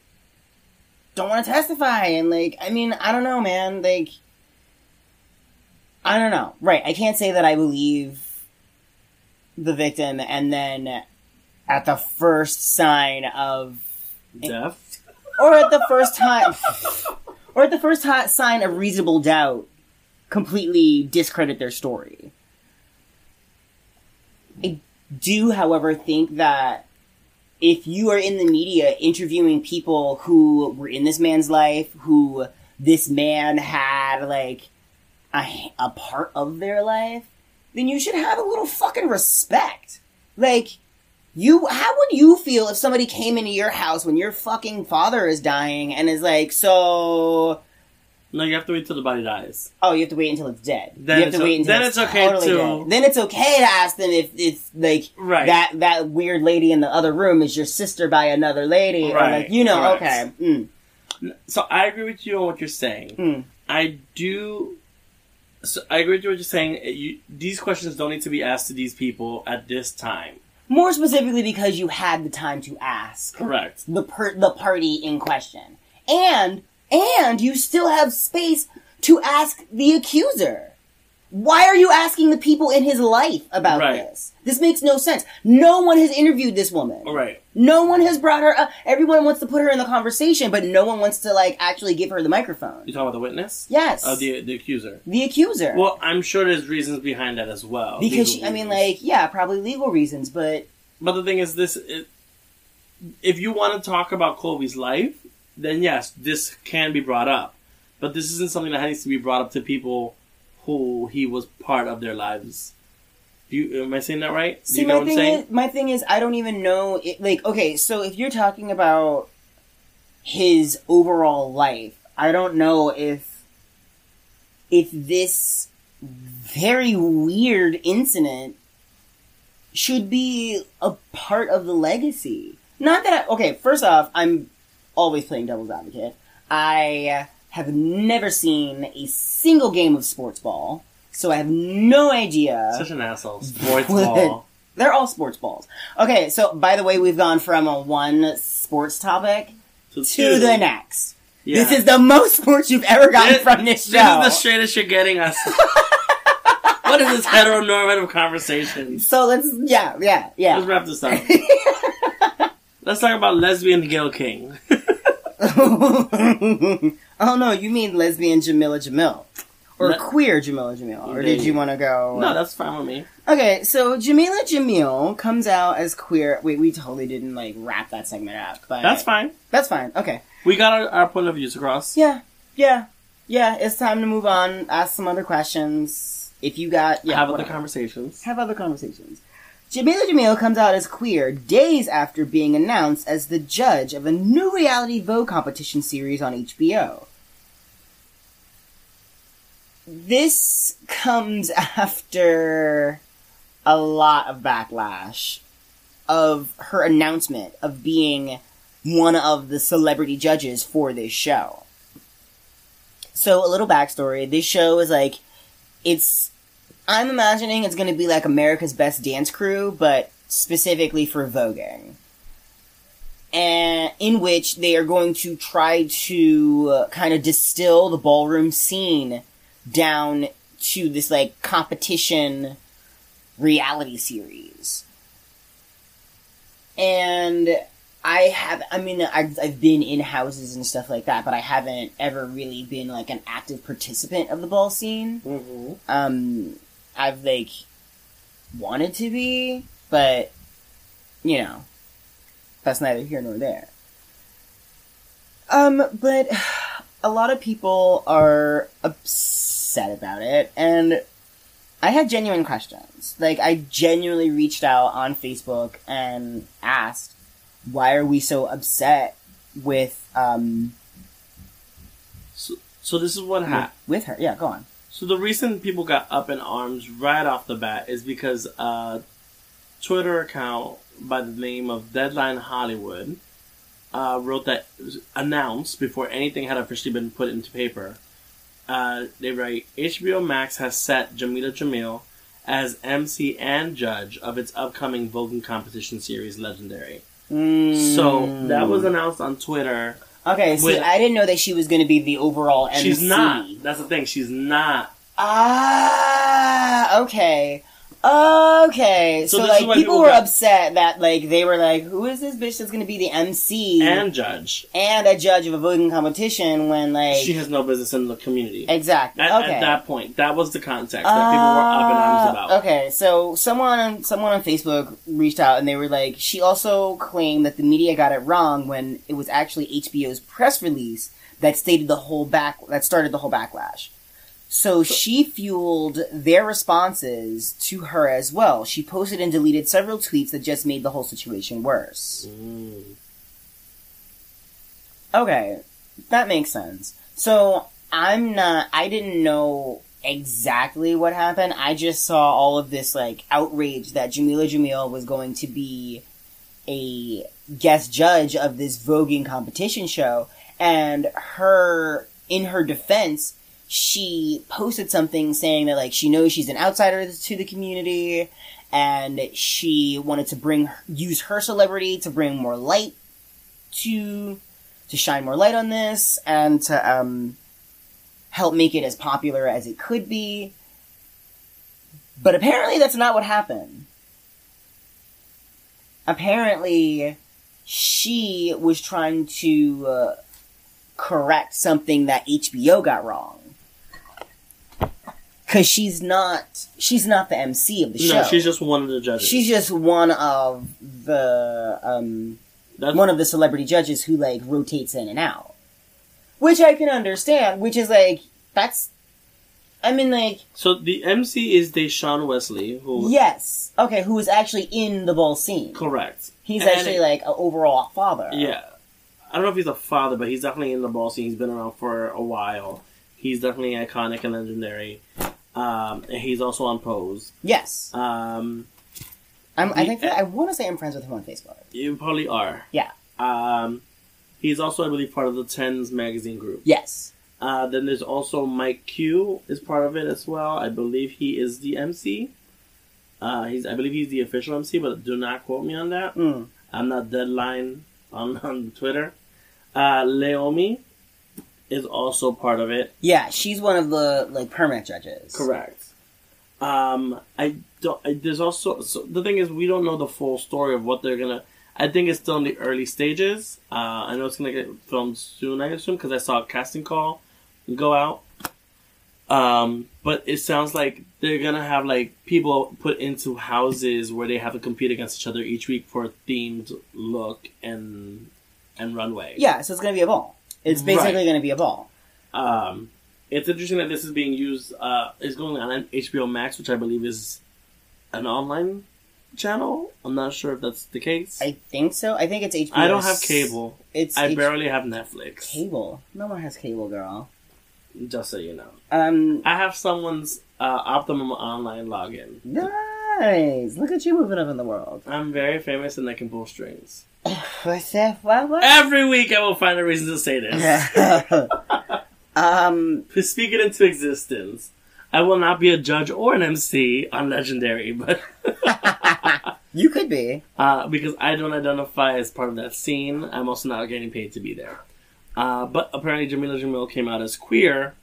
[SPEAKER 2] don't want to testify and like I mean, I don't know, man. Like I don't know. Right, I can't say that I believe the victim and then at the first sign of
[SPEAKER 1] Death.
[SPEAKER 2] or at the first time or at the first ti- sign of reasonable doubt completely discredit their story i do however think that if you are in the media interviewing people who were in this man's life who this man had like a, h- a part of their life then you should have a little fucking respect like you, how would you feel if somebody came into your house when your fucking father is dying and is like, so,
[SPEAKER 1] No, you have to wait till the body dies.
[SPEAKER 2] oh, you have to wait until it's dead.
[SPEAKER 1] Then
[SPEAKER 2] you have to
[SPEAKER 1] it's o-
[SPEAKER 2] wait until
[SPEAKER 1] then it's okay to-
[SPEAKER 2] dead. Then it's okay to ask them if it's like
[SPEAKER 1] Right.
[SPEAKER 2] that that weird lady in the other room is your sister by another lady, or like
[SPEAKER 1] Right,
[SPEAKER 2] you know,
[SPEAKER 1] correct.
[SPEAKER 2] okay, mm,
[SPEAKER 1] So I agree with you on what you're saying.
[SPEAKER 2] mm,
[SPEAKER 1] I do. So I agree with you what you're saying. Eh, You, these questions don't need to be asked to these people at this time.
[SPEAKER 2] more specifically because you had the time to ask.
[SPEAKER 1] Correct.
[SPEAKER 2] the per- the party in question, and and you still have space to ask the accuser. Why are you asking the people in his life about
[SPEAKER 1] Right.
[SPEAKER 2] this? This makes no sense. No one has interviewed this woman.
[SPEAKER 1] All right.
[SPEAKER 2] No one has brought her up. Everyone wants to put her in the conversation, but no one wants to like actually give her the microphone.
[SPEAKER 1] You talking about the witness?
[SPEAKER 2] Yes,
[SPEAKER 1] Uh,
[SPEAKER 2] the-,
[SPEAKER 1] the the accuser.
[SPEAKER 2] accuser.
[SPEAKER 1] Well, I'm sure there's reasons behind that as well.
[SPEAKER 2] because she,
[SPEAKER 1] legal
[SPEAKER 2] I mean,
[SPEAKER 1] reasons.
[SPEAKER 2] like, yeah, probably legal reasons, but
[SPEAKER 1] But the thing is, this it, if you want to talk about Colby's life, then yes, this can be brought up. But this isn't something that needs to be brought up to people who he was part of their lives. Do you, am I saying that right? Do
[SPEAKER 2] See,
[SPEAKER 1] you know
[SPEAKER 2] my
[SPEAKER 1] what I'm
[SPEAKER 2] thing
[SPEAKER 1] saying?
[SPEAKER 2] is, my thing is, I don't even know. It, like, okay, so if you're talking about his overall life, I don't know if if this very weird incident should be a part of the legacy. Not that I, okay. First off, I'm always playing devil's advocate. I have never seen a single game of sports ball, so I have no idea.
[SPEAKER 1] Such an asshole. Sports
[SPEAKER 2] What?
[SPEAKER 1] ball.
[SPEAKER 2] They're all sports balls. Okay, so by the way, we've gone from a one sports topic to the next.
[SPEAKER 1] Yeah.
[SPEAKER 2] This is the most sports you've ever gotten
[SPEAKER 1] This-
[SPEAKER 2] from this show.
[SPEAKER 1] This is the straightest you're getting us. what is this heteronormative conversation?
[SPEAKER 2] so let's, yeah, yeah,
[SPEAKER 1] Let's
[SPEAKER 2] yeah.
[SPEAKER 1] wrap this up. Let's talk about lesbian Gail King.
[SPEAKER 2] oh no, you mean lesbian Jamila Jamil. Or
[SPEAKER 1] Le-
[SPEAKER 2] queer Jamila Jamil. Or did
[SPEAKER 1] They-
[SPEAKER 2] you want to go? uh,
[SPEAKER 1] no, that's fine with me.
[SPEAKER 2] okay, so Jamila Jamil comes out as queer. Wait, we totally didn't like wrap that segment up, but
[SPEAKER 1] That's fine.
[SPEAKER 2] That's fine. Okay.
[SPEAKER 1] We got our, our point of views across.
[SPEAKER 2] Yeah, yeah, yeah. It's time to move on. Ask some other questions. If you got, yeah,
[SPEAKER 1] Have other
[SPEAKER 2] whatever.
[SPEAKER 1] conversations.
[SPEAKER 2] have other conversations. Jamila Jamil comes out as queer days after being announced as the judge of a new reality Vogue competition series on HBO. This comes after a lot of backlash of her announcement of being one of the celebrity judges for this show. So, a little backstory this show is like, it's I'm imagining it's going to be like America's Best Dance Crew, but specifically for voguing. And in which they are going to try to uh, kind of distill the ballroom scene down to this like competition reality series. And I have, I mean, I've, I've been in houses and stuff like that, but I haven't ever really been like an active participant of the ball scene
[SPEAKER 1] Mm-hmm.
[SPEAKER 2] um I've like wanted to be, but you know, that's neither here nor there. Um, but a lot of people are upset about it, and I had genuine questions. Like, I genuinely reached out on Facebook and asked, why are we so upset with, um,
[SPEAKER 1] So, so this is what
[SPEAKER 2] with,
[SPEAKER 1] happened.
[SPEAKER 2] with her? Yeah, go on.
[SPEAKER 1] So the reason people got up in arms right off the bat is because a Twitter account by the name of Deadline Hollywood uh, wrote that announced before anything had officially been put into paper. Uh, they write HBO Max has set Jamila Jamil as MC and judge of its upcoming voting competition series Legendary. So that
[SPEAKER 2] Mm.
[SPEAKER 1] was announced on Twitter.
[SPEAKER 2] Okay, so
[SPEAKER 1] with-
[SPEAKER 2] I didn't know that she was going to be the overall MC.
[SPEAKER 1] She's not. That's the thing. She's not
[SPEAKER 2] Ah, okay. Okay.
[SPEAKER 1] So
[SPEAKER 2] So,
[SPEAKER 1] this is
[SPEAKER 2] like,
[SPEAKER 1] why
[SPEAKER 2] people,
[SPEAKER 1] people
[SPEAKER 2] were
[SPEAKER 1] got-
[SPEAKER 2] upset that, like, they were like, who is this bitch that's going to be the MC
[SPEAKER 1] and judge.
[SPEAKER 2] and a judge of a voting competition when, like.
[SPEAKER 1] She has no business in the community.
[SPEAKER 2] Exactly.
[SPEAKER 1] At,
[SPEAKER 2] okay.
[SPEAKER 1] at that point, that was the context that people were up in arms about.
[SPEAKER 2] Uh, Okay, so someone someone on Facebook reached out and they were like, she also claimed that the media got it wrong when it was actually HBO's press release that stated the whole back that started the whole backlash. So she fueled their responses to her as well. She posted and deleted several tweets that just made the whole situation worse.
[SPEAKER 1] Mm.
[SPEAKER 2] Okay, that makes sense. So I'm not. I didn't know exactly what happened. I just saw all of this like outrage that Jamila Jamil was going to be a guest judge of this voguing competition show, and her in her defense. She posted something saying that like she knows she's an outsider to the community, and she wanted to bring use her celebrity to bring more light to to shine more light on this and to um, help make it as popular as it could be. But apparently, that's not what happened. Apparently, she was trying to uh, correct something that HBO got wrong. Cause she's not she's not the MC of the
[SPEAKER 1] No,
[SPEAKER 2] show.
[SPEAKER 1] she's just one of the judges.
[SPEAKER 2] she's just one of the um,
[SPEAKER 1] That's,
[SPEAKER 2] one of the celebrity judges who like rotates in and out, which I can understand. Which is like that's, I mean, like
[SPEAKER 1] so the MC is Deshaun Wesley, who
[SPEAKER 2] yes, okay, who is actually in the bowl scene?
[SPEAKER 1] correct.
[SPEAKER 2] He's
[SPEAKER 1] And-
[SPEAKER 2] actually like an overall father.
[SPEAKER 1] yeah. I don't know if he's a father, but he's definitely in the ball scene. He's been around for a while. He's definitely iconic and legendary. Um, and he's also on Pose.
[SPEAKER 2] Yes,
[SPEAKER 1] Um,
[SPEAKER 2] I'm, I think that, I want to say I'm friends with him on Facebook.
[SPEAKER 1] you probably are.
[SPEAKER 2] Yeah.
[SPEAKER 1] Um, he's also, I believe, part of the Tens magazine group.
[SPEAKER 2] Yes.
[SPEAKER 1] Uh, then there's also Mike Q is part of it as well. I believe he is the MC. Uh, he's I believe he's the official MC, but do not quote me on that.
[SPEAKER 2] Mm.
[SPEAKER 1] I'm not deadline on, on Twitter. Uh, Leomi is also part of it.
[SPEAKER 2] Yeah, she's one of the like permanent judges.
[SPEAKER 1] Correct. Um, I don't. I, there's also so the thing is we don't know the full story of what they're gonna. I think it's still in the early stages. Uh, I know it's gonna get filmed soon. I assume because I saw a casting call go out. Um, but it sounds like they're gonna have like people put into houses where they have to compete against each other each week for a themed look and and runway.
[SPEAKER 2] Yeah, so it's gonna be a ball. It's basically
[SPEAKER 1] Right.
[SPEAKER 2] gonna be a ball.
[SPEAKER 1] Um, it's interesting that this is being used. Uh, is going on HBO Max, which I believe is an online channel. I'm not sure if that's the case. I,
[SPEAKER 2] I think so. I think it's HBO.
[SPEAKER 1] don't have cable.
[SPEAKER 2] It's
[SPEAKER 1] I
[SPEAKER 2] H-
[SPEAKER 1] barely have Netflix.
[SPEAKER 2] cable. No one has cable, girl.
[SPEAKER 1] Just so you know,
[SPEAKER 2] Um,
[SPEAKER 1] I have someone's uh, Optimum online login.
[SPEAKER 2] Nice. Look at you moving up in the world.
[SPEAKER 1] I'm very famous and I can pull strings.
[SPEAKER 2] What's that? What? What?
[SPEAKER 1] Every week I will find a reason to say this.
[SPEAKER 2] um.
[SPEAKER 1] to speak it into existence. I will not be a judge or an MC on Legendary, but
[SPEAKER 2] You could be.
[SPEAKER 1] uh, because I don't identify as part of that scene. I'm also not getting paid to be there. Uh, but apparently, Jamila Jamil came out as queer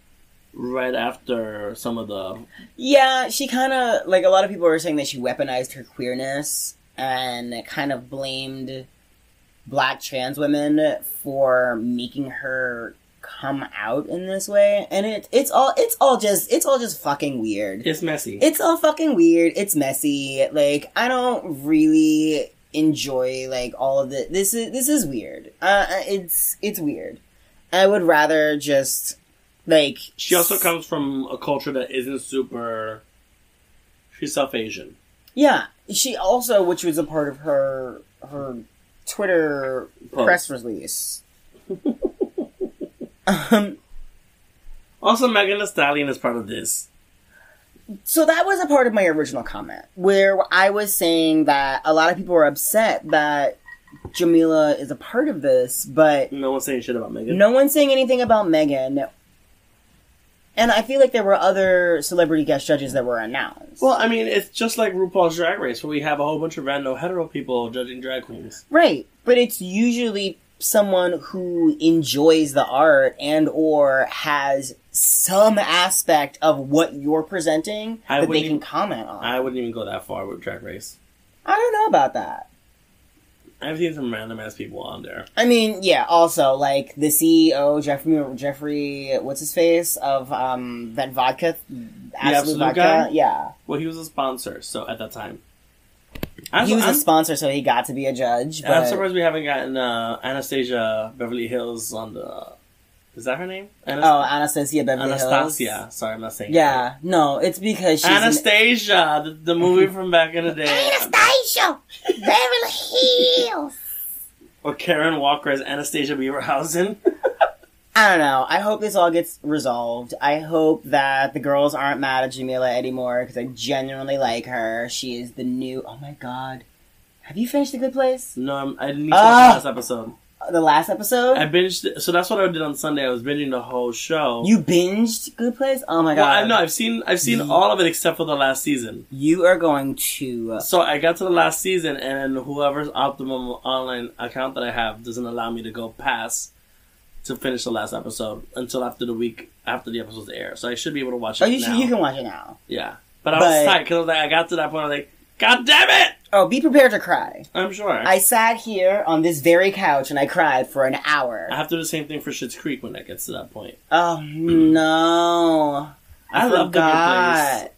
[SPEAKER 1] right after some of the.
[SPEAKER 2] Yeah, she kind of like a lot of people were saying that she weaponized her queerness and kind of blamed black trans women for making her come out in this way. And it it's all it's all just it's all just fucking weird.
[SPEAKER 1] It's messy.
[SPEAKER 2] It's all fucking weird. It's messy. Like I don't really enjoy like all of the. This is this is weird. Uh, uh, it's it's weird. I would rather just like
[SPEAKER 1] she also comes from a culture that isn't super yourself Asian.
[SPEAKER 2] Yeah, she also, which was a part of her her Twitter
[SPEAKER 1] Post.
[SPEAKER 2] press release. um,
[SPEAKER 1] Also, Megan Thee Stallion is part of this.
[SPEAKER 2] so that was a part of my original comment where I was saying that a lot of people were upset that Jamila is a part of this, but
[SPEAKER 1] No one's saying shit about Megan.
[SPEAKER 2] No one's saying anything about Megan. And I feel like there were other celebrity guest judges that were announced.
[SPEAKER 1] Well, I mean, it's just like RuPaul's Drag Race, where we have a whole bunch of random hetero people judging drag queens.
[SPEAKER 2] right, but it's usually someone who enjoys the art and or has some aspect of what you're presenting
[SPEAKER 1] I
[SPEAKER 2] that they
[SPEAKER 1] wouldn't
[SPEAKER 2] can
[SPEAKER 1] even-
[SPEAKER 2] comment on. I,
[SPEAKER 1] I wouldn't even go that far with Drag Race.
[SPEAKER 2] don't know about that.
[SPEAKER 1] I've seen some random ass people on there.
[SPEAKER 2] I mean, yeah, also like the CEO Jeffrey Jeffrey what's his face of um that vodka absolute
[SPEAKER 1] Absolute
[SPEAKER 2] vodka.
[SPEAKER 1] guy?
[SPEAKER 2] Yeah.
[SPEAKER 1] Well, he was a sponsor, so at that time, I'm,
[SPEAKER 2] he was
[SPEAKER 1] I'm-
[SPEAKER 2] a sponsor, so he got to be a judge.
[SPEAKER 1] I'm
[SPEAKER 2] but-
[SPEAKER 1] surprised we haven't gotten uh, Anastasia Beverly Hills on the. Is that her name? Anas-
[SPEAKER 2] oh, Anastasia Beverly Hills.
[SPEAKER 1] Anastasia. Sorry, I'm not saying. it
[SPEAKER 2] Yeah, no, it's because she's
[SPEAKER 1] right.
[SPEAKER 2] an-
[SPEAKER 1] Anastasia, the, the movie from back in the day.
[SPEAKER 2] Anastasia Beverly Hills.
[SPEAKER 1] Or Karen Walker as Anastasia Beaverhausen.
[SPEAKER 2] I don't know. I hope this all gets resolved. I hope that the girls aren't mad at Jamila anymore because I genuinely like her. She is the new. Oh my god, have you finished the Good Place?
[SPEAKER 1] no, I'm, I didn't need to
[SPEAKER 2] Ah!
[SPEAKER 1] watch the last episode.
[SPEAKER 2] The last episode.
[SPEAKER 1] I binged. it- So that's what I did on Sunday. I was binging the whole show.
[SPEAKER 2] you binged Good Place? Oh my god!
[SPEAKER 1] Well, I know. I've seen. I've seen
[SPEAKER 2] Ye-
[SPEAKER 1] all of it except for the last season.
[SPEAKER 2] You are going to.
[SPEAKER 1] So I got to the last season, and whoever's Optimum online account that I have doesn't allow me to go past to finish the last episode until after the week after the episode's air. So I should be able to watch it
[SPEAKER 2] Oh, you
[SPEAKER 1] now.
[SPEAKER 2] should, you can watch it now.
[SPEAKER 1] yeah, but I
[SPEAKER 2] But-
[SPEAKER 1] was tight because I was like, I got to that point. I was like, God damn it!
[SPEAKER 2] Oh, be prepared to cry.
[SPEAKER 1] I'm sure. I,
[SPEAKER 2] I sat here on this very couch and I cried for an hour.
[SPEAKER 1] have to do the same thing for Schitt's Creek when that gets to that point.
[SPEAKER 2] Oh no!
[SPEAKER 1] I love The Good Place.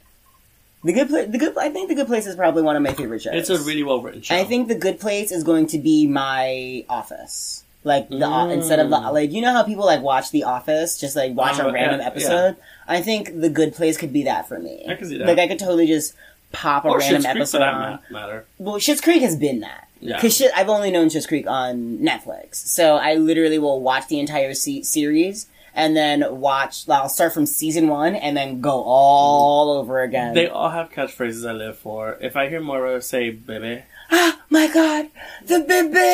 [SPEAKER 2] The good place. The good. I think the good place is probably one of my favorite shows.
[SPEAKER 1] It's a really well written show.
[SPEAKER 2] I think the good place is going to be my office. Like the o instead of the
[SPEAKER 1] Mm.
[SPEAKER 2] like you know how people like watch The Office, just like watch
[SPEAKER 1] Oh,
[SPEAKER 2] a random
[SPEAKER 1] yeah,
[SPEAKER 2] episode. I think the good place could be that for me.
[SPEAKER 1] I can see that.
[SPEAKER 2] Like I could totally just pop a
[SPEAKER 1] or
[SPEAKER 2] random
[SPEAKER 1] Schitt's Creek for
[SPEAKER 2] episode
[SPEAKER 1] that
[SPEAKER 2] on.
[SPEAKER 1] ma- matter.
[SPEAKER 2] Well, Schitt's Creek has been that.
[SPEAKER 1] Yeah.
[SPEAKER 2] Because shit, I've only known Schitt's Creek on Netflix, so I literally will watch the entire se- series and then watch. I'll start from season one and then go all over again.
[SPEAKER 1] They all have catchphrases I live for. If I hear Moira say "baby,"
[SPEAKER 2] ah, my God, the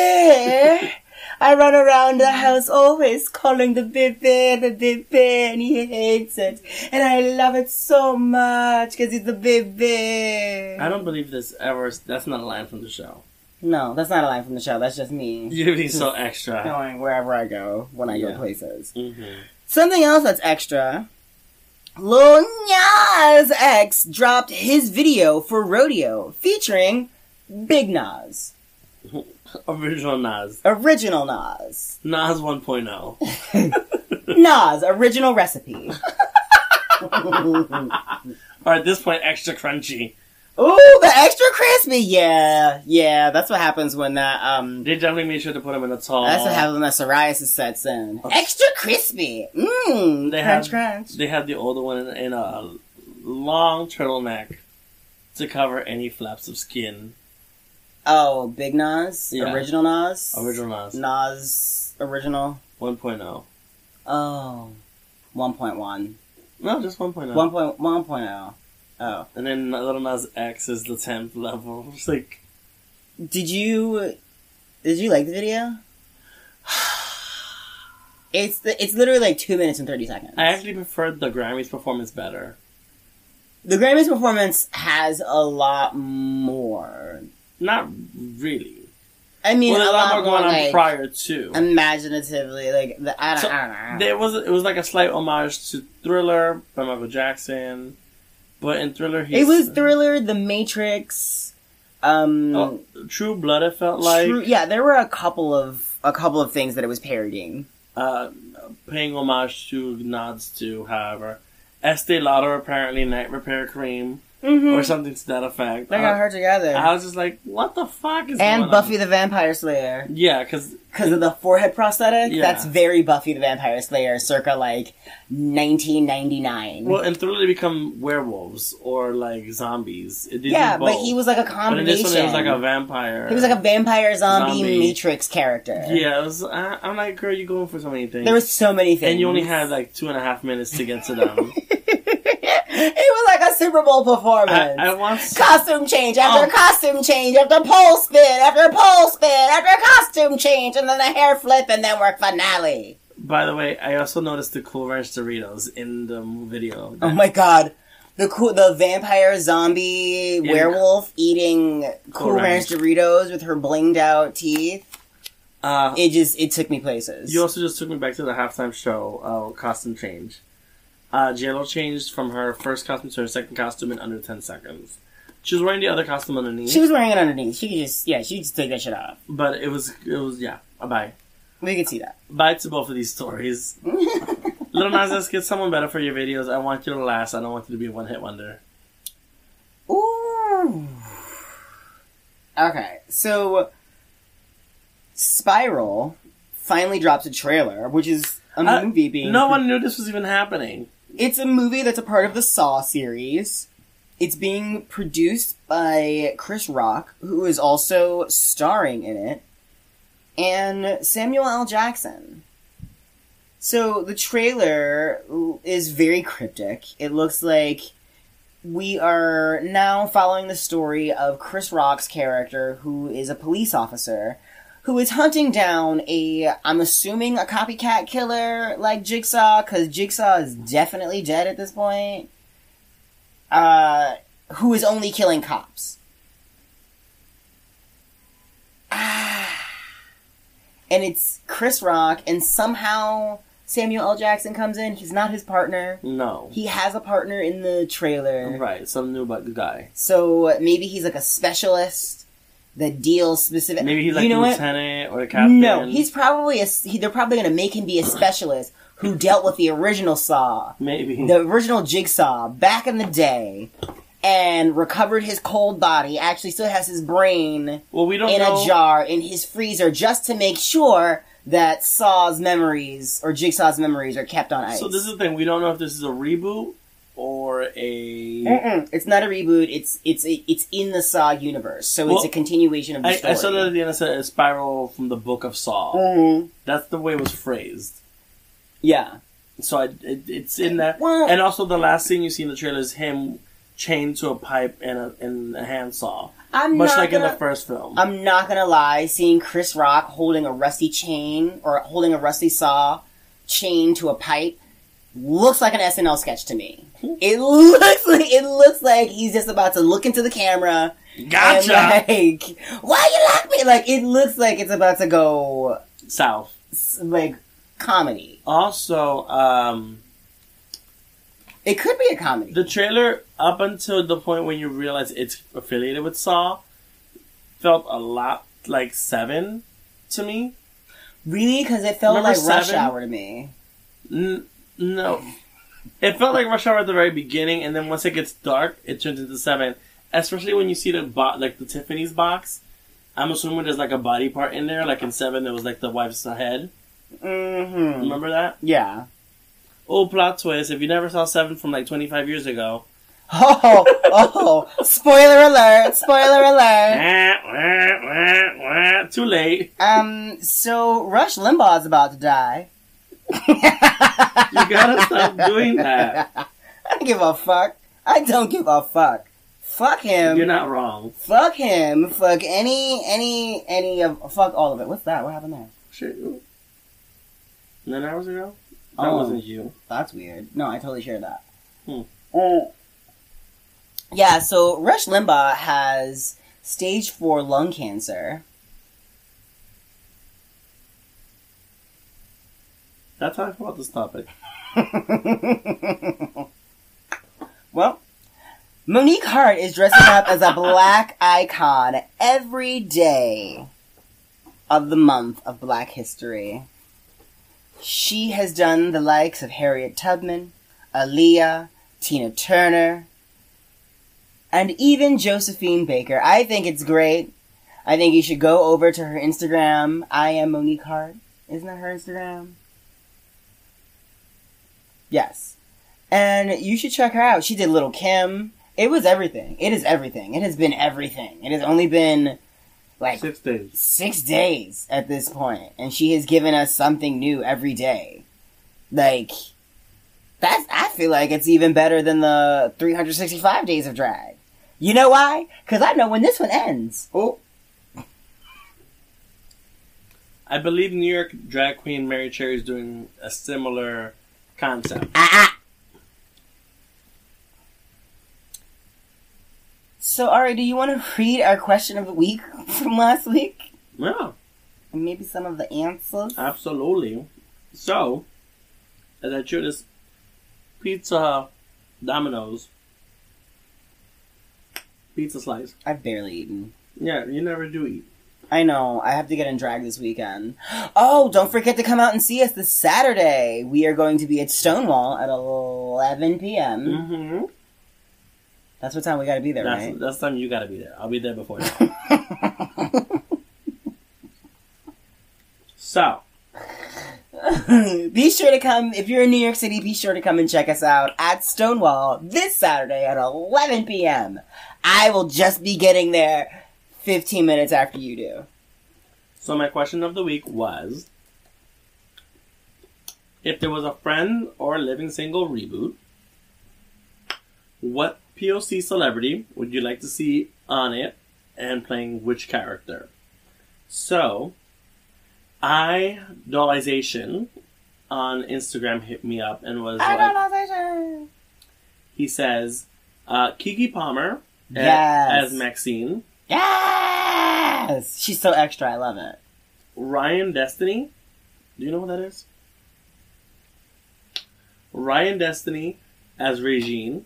[SPEAKER 2] baby! I run around the house always calling the baby, the baby, and he hates it, and I love it so much because he's the baby.
[SPEAKER 1] I don't believe this ever. That's not a line from the show.
[SPEAKER 2] No, that's not a line from the show. That's just me
[SPEAKER 1] You're being so extra.
[SPEAKER 2] going wherever I go when I go
[SPEAKER 1] Yeah.
[SPEAKER 2] places.
[SPEAKER 1] hmm
[SPEAKER 2] Something else that's extra. Lil Nas X dropped his video for Rodeo featuring Big Nas,
[SPEAKER 1] Original Nas.
[SPEAKER 2] original Nas,
[SPEAKER 1] Nas oh. 1.0.
[SPEAKER 2] Nas original recipe.
[SPEAKER 1] Or at this point, extra crunchy.
[SPEAKER 2] Ooh, the extra crispy. Yeah, yeah, that's what happens when that um
[SPEAKER 1] They definitely made sure to put him in a tall.
[SPEAKER 2] that's what happens when that psoriasis sets in. Extra crispy. Mmm.
[SPEAKER 1] They
[SPEAKER 2] Crunch
[SPEAKER 1] have-
[SPEAKER 2] crunch.
[SPEAKER 1] They had the older one in, in a long turtleneck to cover any flaps of skin.
[SPEAKER 2] Oh, Big Nas,
[SPEAKER 1] Yeah.
[SPEAKER 2] original Nas,
[SPEAKER 1] Original Nas
[SPEAKER 2] Nas original.
[SPEAKER 1] 1.0.
[SPEAKER 2] Oh. 1.1.
[SPEAKER 1] No, just 1.0.
[SPEAKER 2] 1.1.0. Oh.
[SPEAKER 1] and then Little Nas X is the 10th level. It's like,
[SPEAKER 2] Did you did you like the video? It's the, it's literally like 2 minutes and 30 seconds.
[SPEAKER 1] I actually preferred the Grammys performance better.
[SPEAKER 2] the Grammys performance has a lot more.
[SPEAKER 1] Not really.
[SPEAKER 2] I mean,
[SPEAKER 1] Well, there's
[SPEAKER 2] a lot, more
[SPEAKER 1] going on
[SPEAKER 2] like,
[SPEAKER 1] prior to.
[SPEAKER 2] imaginatively like the, I don't,
[SPEAKER 1] So,
[SPEAKER 2] I don't know.
[SPEAKER 1] There was it was like a slight homage to Thriller by Michael Jackson, but in Thriller he
[SPEAKER 2] it was Thriller, The Matrix, um
[SPEAKER 1] Oh, True Blood. It felt like
[SPEAKER 2] True- yeah, there were a couple of a couple of things that it was parodying.
[SPEAKER 1] uh, paying homage to nods to, however, Estee Lauder apparently Night Repair Cream. or something to that effect.
[SPEAKER 2] They got
[SPEAKER 1] Uh,
[SPEAKER 2] her together.
[SPEAKER 1] Mm-hmm. I was just like, what the fuck is going
[SPEAKER 2] and
[SPEAKER 1] on?
[SPEAKER 2] Buffy the Vampire Slayer.
[SPEAKER 1] Yeah, because
[SPEAKER 2] because of the forehead prosthetic.
[SPEAKER 1] Yeah.
[SPEAKER 2] That's very Buffy the Vampire Slayer, circa like 1999.
[SPEAKER 1] well, in Thriller they become werewolves or like zombies. It, they
[SPEAKER 2] yeah,
[SPEAKER 1] do
[SPEAKER 2] but
[SPEAKER 1] both.
[SPEAKER 2] he was like a
[SPEAKER 1] But in
[SPEAKER 2] combination.
[SPEAKER 1] this one, it was like a vampire.
[SPEAKER 2] He was like a vampire zombie,
[SPEAKER 1] Zombie.
[SPEAKER 2] Matrix character.
[SPEAKER 1] yeah. It was, I, I'm like, girl, you going for so many things.
[SPEAKER 2] there was so many things,
[SPEAKER 1] and you only had like two and a half minutes to get to them.
[SPEAKER 2] it was like a Super Bowl
[SPEAKER 1] I,
[SPEAKER 2] performance.
[SPEAKER 1] I want
[SPEAKER 2] Costume change after
[SPEAKER 1] Oh.
[SPEAKER 2] costume change after pole spin after pole spin after costume change and then a hair flip and then we're finale.
[SPEAKER 1] By the way, I also noticed the Cool Ranch Doritos in the video.
[SPEAKER 2] Oh my god. The cool, the vampire zombie werewolf eating cool
[SPEAKER 1] Ranch.
[SPEAKER 2] ranch Doritos with her blinged out teeth.
[SPEAKER 1] Uh,
[SPEAKER 2] It just it took me places.
[SPEAKER 1] you also just took me back to the halftime show uh, costume change. Uh, JLo changed from her first costume to her second costume in under 10 seconds. She was wearing the other costume underneath,
[SPEAKER 2] she was wearing it underneath. She could just yeah, she could just take that shit off.
[SPEAKER 1] but it was, it was yeah, a bye.
[SPEAKER 2] We could see that.
[SPEAKER 1] Bye to both of these stories. Little Nas X, get someone better for your videos. I want you to last. I don't want you to be a one hit wonder.
[SPEAKER 2] Ooh. Okay, so Spiral finally drops a trailer, which is a
[SPEAKER 1] Uh,
[SPEAKER 2] movie being
[SPEAKER 1] No one knew this was even happening.
[SPEAKER 2] It's a movie that's a part of the Saw series. It's being produced by Chris Rock, who is also starring in it, and Samuel L. Jackson. So the trailer is very cryptic. It looks like we are now following the story of Chris Rock's character, who is a police officer, who is hunting down a, I'm assuming, a copycat killer like Jigsaw, because Jigsaw is definitely dead at this point, uh, who is only killing cops. Ah. And it's Chris Rock, and somehow Samuel L. Jackson comes in. He's not his partner.
[SPEAKER 1] No.
[SPEAKER 2] He has a partner in the trailer.
[SPEAKER 1] Right, some new bu- guy.
[SPEAKER 2] So maybe he's like a specialist that deals specific.
[SPEAKER 1] Maybe he's like
[SPEAKER 2] you know
[SPEAKER 1] the
[SPEAKER 2] what?
[SPEAKER 1] lieutenant or the captain.
[SPEAKER 2] No, he's probably a. s- He, they're probably going to make him be a specialist who dealt with the original Saw,
[SPEAKER 1] maybe
[SPEAKER 2] the original Jigsaw back in the day, and recovered his cold body. Actually, still has his brain
[SPEAKER 1] Well, we don't
[SPEAKER 2] in
[SPEAKER 1] know.
[SPEAKER 2] a jar in his freezer just to make sure that Saw's memories or Jigsaw's memories are kept on ice.
[SPEAKER 1] So this is the thing. We don't know if this is a reboot or a.
[SPEAKER 2] Mm-mm. It's not a reboot. It's it's it's in the Saw universe, so it's
[SPEAKER 1] Well,
[SPEAKER 2] a continuation of the
[SPEAKER 1] I,
[SPEAKER 2] story.
[SPEAKER 1] I saw that at the end. It said a spiral from the Book of Saw.
[SPEAKER 2] Mhm.
[SPEAKER 1] That's the way it was phrased.
[SPEAKER 2] Yeah.
[SPEAKER 1] So I, it, it's in that.
[SPEAKER 2] Well-
[SPEAKER 1] and also, the last thing you see in the trailer is him chained to a pipe and a, and a handsaw,
[SPEAKER 2] I'm
[SPEAKER 1] much
[SPEAKER 2] not
[SPEAKER 1] like
[SPEAKER 2] gonna,
[SPEAKER 1] in the first film.
[SPEAKER 2] I'm not gonna lie. Seeing Chris Rock holding a rusty chain or holding a rusty saw chain to a pipe looks like an SNL sketch to me. It looks like it looks like he's just about to look into the camera and
[SPEAKER 1] gotcha.
[SPEAKER 2] like, why you lock me? Like it looks like it's about to go
[SPEAKER 1] South.
[SPEAKER 2] s- like comedy.
[SPEAKER 1] Also, um,
[SPEAKER 2] It could be a comedy.
[SPEAKER 1] the trailer up until the point when you realize it's affiliated with Saw felt a lot like Seven to me.
[SPEAKER 2] Really? Because it felt
[SPEAKER 1] Remember
[SPEAKER 2] like Rush
[SPEAKER 1] Seven?
[SPEAKER 2] Hour to me.
[SPEAKER 1] N- no. It felt like Rush Hour at the very beginning, and then once it gets dark, it turns into Seven. Especially when you see the bo- like the Tiffany's box. I'm assuming there's like a body part in there, like in Seven, there was like the wife's head.
[SPEAKER 2] Mm-hmm.
[SPEAKER 1] Remember that?
[SPEAKER 2] Yeah.
[SPEAKER 1] Oh, plot twist! If you never saw Seven from like 25 years ago,
[SPEAKER 2] Oh, oh! Spoiler alert! Spoiler alert!
[SPEAKER 1] wah, wah, wah, wah, too late.
[SPEAKER 2] Um, so Rush Limbaugh's about to die.
[SPEAKER 1] You gotta stop doing that.
[SPEAKER 2] I don't give a fuck. I don't give a fuck. Fuck him.
[SPEAKER 1] You're not wrong.
[SPEAKER 2] fuck him. Fuck any, any, any of. Fuck all of it. What's that? What happened there?
[SPEAKER 1] Shit. Nine hours ago? That
[SPEAKER 2] Oh.
[SPEAKER 1] wasn't you.
[SPEAKER 2] That's weird. No, I totally share that.
[SPEAKER 1] Hmm.
[SPEAKER 2] Mm. Yeah, so Rush Limbaugh has stage four lung cancer.
[SPEAKER 1] That's how I feel about this topic.
[SPEAKER 2] well, Monique Hart is dressing up as a black icon every day of the month of Black History. She has done the likes of Harriet Tubman, Aaliyah, Tina Turner, and even Josephine Baker. I think it's great. I think you should go over to her Instagram. I am Monique Hart. Isn't that her Instagram? Yes. And you should check her out. She did Little Kim. It was everything. It is everything. It has been everything. It has only been like
[SPEAKER 1] Six days.
[SPEAKER 2] six days at this point, and she has given us something new every day. Like that's I feel like it's even better than the 365 days of drag. You know why? Because I know when this one ends. Oh,
[SPEAKER 1] I believe New York drag queen Mary Cherry is doing a similar concept.
[SPEAKER 2] ah, ah. So, Ari, do you want to read our question of the week from last week?
[SPEAKER 1] Yeah,
[SPEAKER 2] And maybe some of the answers?
[SPEAKER 1] absolutely. So, as I chew this pizza Hut Domino's pizza slice.
[SPEAKER 2] I've barely eaten.
[SPEAKER 1] Yeah, you never do eat.
[SPEAKER 2] I know. I have to get in drag this weekend. Oh, don't forget to come out and see us this Saturday. We are going to be at Stonewall at 11 p.m.
[SPEAKER 1] Mm-hmm.
[SPEAKER 2] That's what time we got to be there,
[SPEAKER 1] That's,
[SPEAKER 2] right?
[SPEAKER 1] that's the time you gotta be there. I'll be there before you. so,
[SPEAKER 2] be sure to come if you're in New York City. Be sure to come and check us out at Stonewall this Saturday at 11 p.m. I will just be getting there 15 minutes after you do.
[SPEAKER 1] So my question of the week was if there was a friend or living single reboot, what POC celebrity would you like to see on it and playing which character? So idolization on Instagram hit me up and was
[SPEAKER 2] I
[SPEAKER 1] like
[SPEAKER 2] don't know, Sasha.
[SPEAKER 1] he says uh, Kiki Palmer a-
[SPEAKER 2] Yes.
[SPEAKER 1] as Maxine,
[SPEAKER 2] Yes, she's so extra. I love it.
[SPEAKER 1] Ryan Destiny. Do you know what that is? Ryan Destiny as Regine,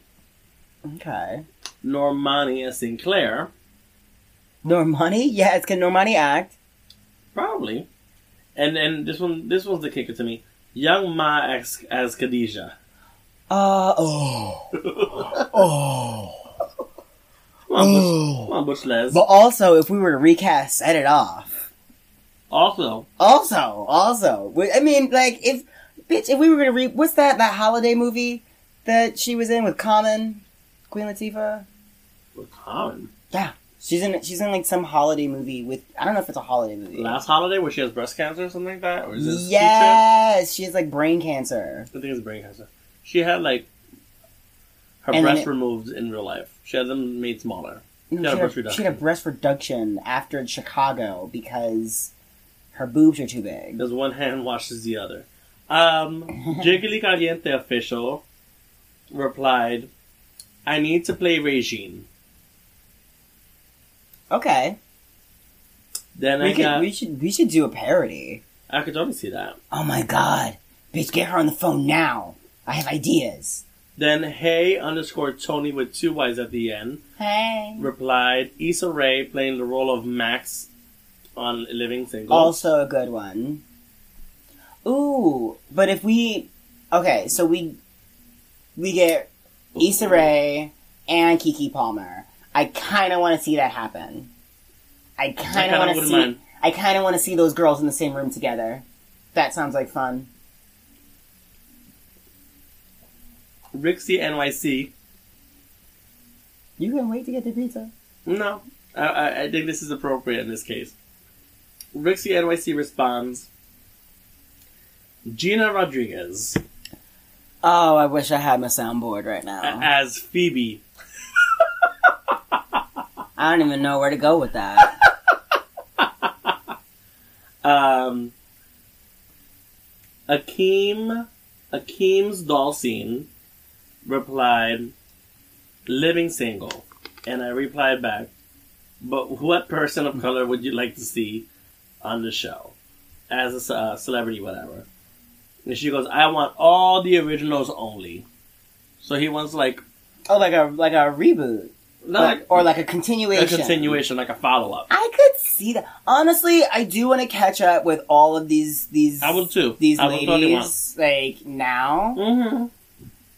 [SPEAKER 2] Okay.
[SPEAKER 1] Normani as Sinclair,
[SPEAKER 2] Normani? Yes, can Normani act?
[SPEAKER 1] probably, and then this one, this one's the kicker to me. Young Ma as, as Khadijah.
[SPEAKER 2] Uh, oh. oh.
[SPEAKER 1] Come on, Butch,
[SPEAKER 2] Oh.
[SPEAKER 1] come on, Butch Les.
[SPEAKER 2] But also, if we were to recast Set It Off.
[SPEAKER 1] Also,
[SPEAKER 2] Also, also. we- I mean, like, if, bitch, if we were going to re. What's that, that holiday movie that she was in with Common? Queen Latifah?
[SPEAKER 1] with Common.
[SPEAKER 2] Yeah. She's in, she's in, like, some holiday movie with. I don't know if it's a holiday movie.
[SPEAKER 1] Last holiday where she has breast cancer or something like that, or is this future?
[SPEAKER 2] Yes! She has, like, brain cancer.
[SPEAKER 1] I think it's brain cancer. She had like her
[SPEAKER 2] And then
[SPEAKER 1] breasts
[SPEAKER 2] it-
[SPEAKER 1] removed in real life. She had them made smaller. Yeah,
[SPEAKER 2] No, she, had
[SPEAKER 1] breast
[SPEAKER 2] a, she had a
[SPEAKER 1] reduction.
[SPEAKER 2] breast reduction after in Chicago because her boobs are too big.
[SPEAKER 1] Because one hand washes the other. Um, Jiggly Caliente official replied, I need to play Regine.
[SPEAKER 2] Okay.
[SPEAKER 1] Then
[SPEAKER 2] we
[SPEAKER 1] I
[SPEAKER 2] could,
[SPEAKER 1] got.
[SPEAKER 2] we should we should do a parody.
[SPEAKER 1] I could totally see that.
[SPEAKER 2] Oh my god, bitch, get her on the phone now. I have ideas.
[SPEAKER 1] Then Hey underscore Tony with two Y's at the end
[SPEAKER 2] Hey.
[SPEAKER 1] replied, Issa Rae playing the role of Max on Living Single.
[SPEAKER 2] Also a good one. Ooh, but if we okay, so we we get Issa Rae and Kiki Palmer. I kind of want to see that happen. I kind
[SPEAKER 1] kinda
[SPEAKER 2] of want to
[SPEAKER 1] wouldn't
[SPEAKER 2] see.
[SPEAKER 1] mind.
[SPEAKER 2] I kind of want to see those girls in the same room together. That sounds like fun.
[SPEAKER 1] Rixie NYC.
[SPEAKER 2] You can wait to get the pizza.
[SPEAKER 1] No, I, I, I think this is appropriate in this case. Rixie NYC responds, Gina Rodriguez
[SPEAKER 2] Oh, I wish I had my soundboard right
[SPEAKER 1] a-
[SPEAKER 2] now.
[SPEAKER 1] as Phoebe.
[SPEAKER 2] I don't even know where to go with that.
[SPEAKER 1] Um, Akeem, Akeem's doll scene replied, living single. And I replied back, but what person of color would you like to see on the show as a ce- uh, celebrity, whatever? And she goes, I want all the originals only. So he wants like,
[SPEAKER 2] oh, like a like a reboot,
[SPEAKER 1] not
[SPEAKER 2] Like- or like a
[SPEAKER 1] like a
[SPEAKER 2] continuation.
[SPEAKER 1] continuation, like a follow up.
[SPEAKER 2] I could see that. Honestly, I do want to catch up with all of these these
[SPEAKER 1] I would too.
[SPEAKER 2] these
[SPEAKER 1] I would totally
[SPEAKER 2] ladies like now
[SPEAKER 1] Mm-hmm.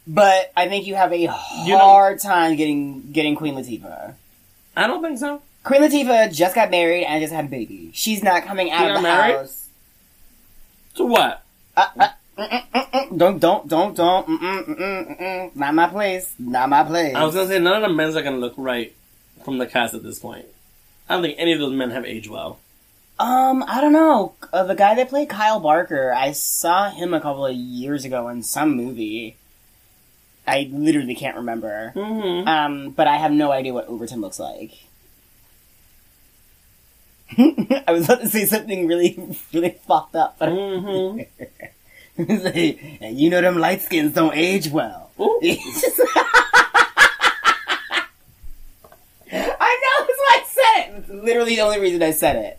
[SPEAKER 2] But I think you have a
[SPEAKER 1] know-
[SPEAKER 2] hard time getting getting Queen Latifah.
[SPEAKER 1] I don't think so.
[SPEAKER 2] Queen Latifah just got married and just had a baby. She's not coming out
[SPEAKER 1] She
[SPEAKER 2] of
[SPEAKER 1] got
[SPEAKER 2] the
[SPEAKER 1] married?
[SPEAKER 2] house.
[SPEAKER 1] So what?
[SPEAKER 2] Uh, uh, mm, mm, mm, mm. Don't don't don't don't. Mm, mm, mm, mm, mm. Not my place. Not my place.
[SPEAKER 1] I was gonna say none of the men's are gonna look right from the cast at this point. I don't think any of those men have aged well.
[SPEAKER 2] Um, I don't know. Uh, the guy that played Kyle Barker, I saw him a couple of years ago in some movie. I literally can't remember.
[SPEAKER 1] Mm-hmm.
[SPEAKER 2] Um, but I have no idea what Overton looks like. I was about to say something really, really fucked up. But
[SPEAKER 1] Mm-hmm.
[SPEAKER 2] I was like, and you know them light skins don't age well.
[SPEAKER 1] Ooh.
[SPEAKER 2] I know, that's why I said it. It's literally the only reason I said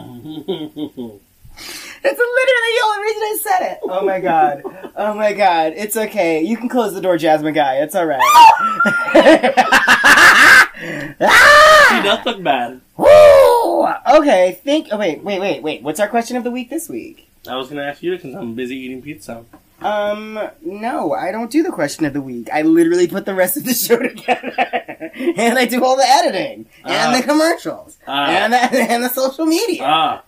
[SPEAKER 2] it. That's literally the only reason I said it. Oh my god. Oh my god. It's okay. You can close the door, Jasmine guy. It's alright.
[SPEAKER 1] He does look bad.
[SPEAKER 2] Ah! Woo! Okay, think. Oh, wait, wait, wait, wait. What's our question of the week this week?
[SPEAKER 1] I was gonna ask you because I'm busy eating pizza.
[SPEAKER 2] Um, no, I don't do the question of the week. I literally put the rest of the show together. and I do all the editing, and
[SPEAKER 1] Ah.
[SPEAKER 2] the commercials,
[SPEAKER 1] Ah.
[SPEAKER 2] and, the, and the social media.
[SPEAKER 1] Ah.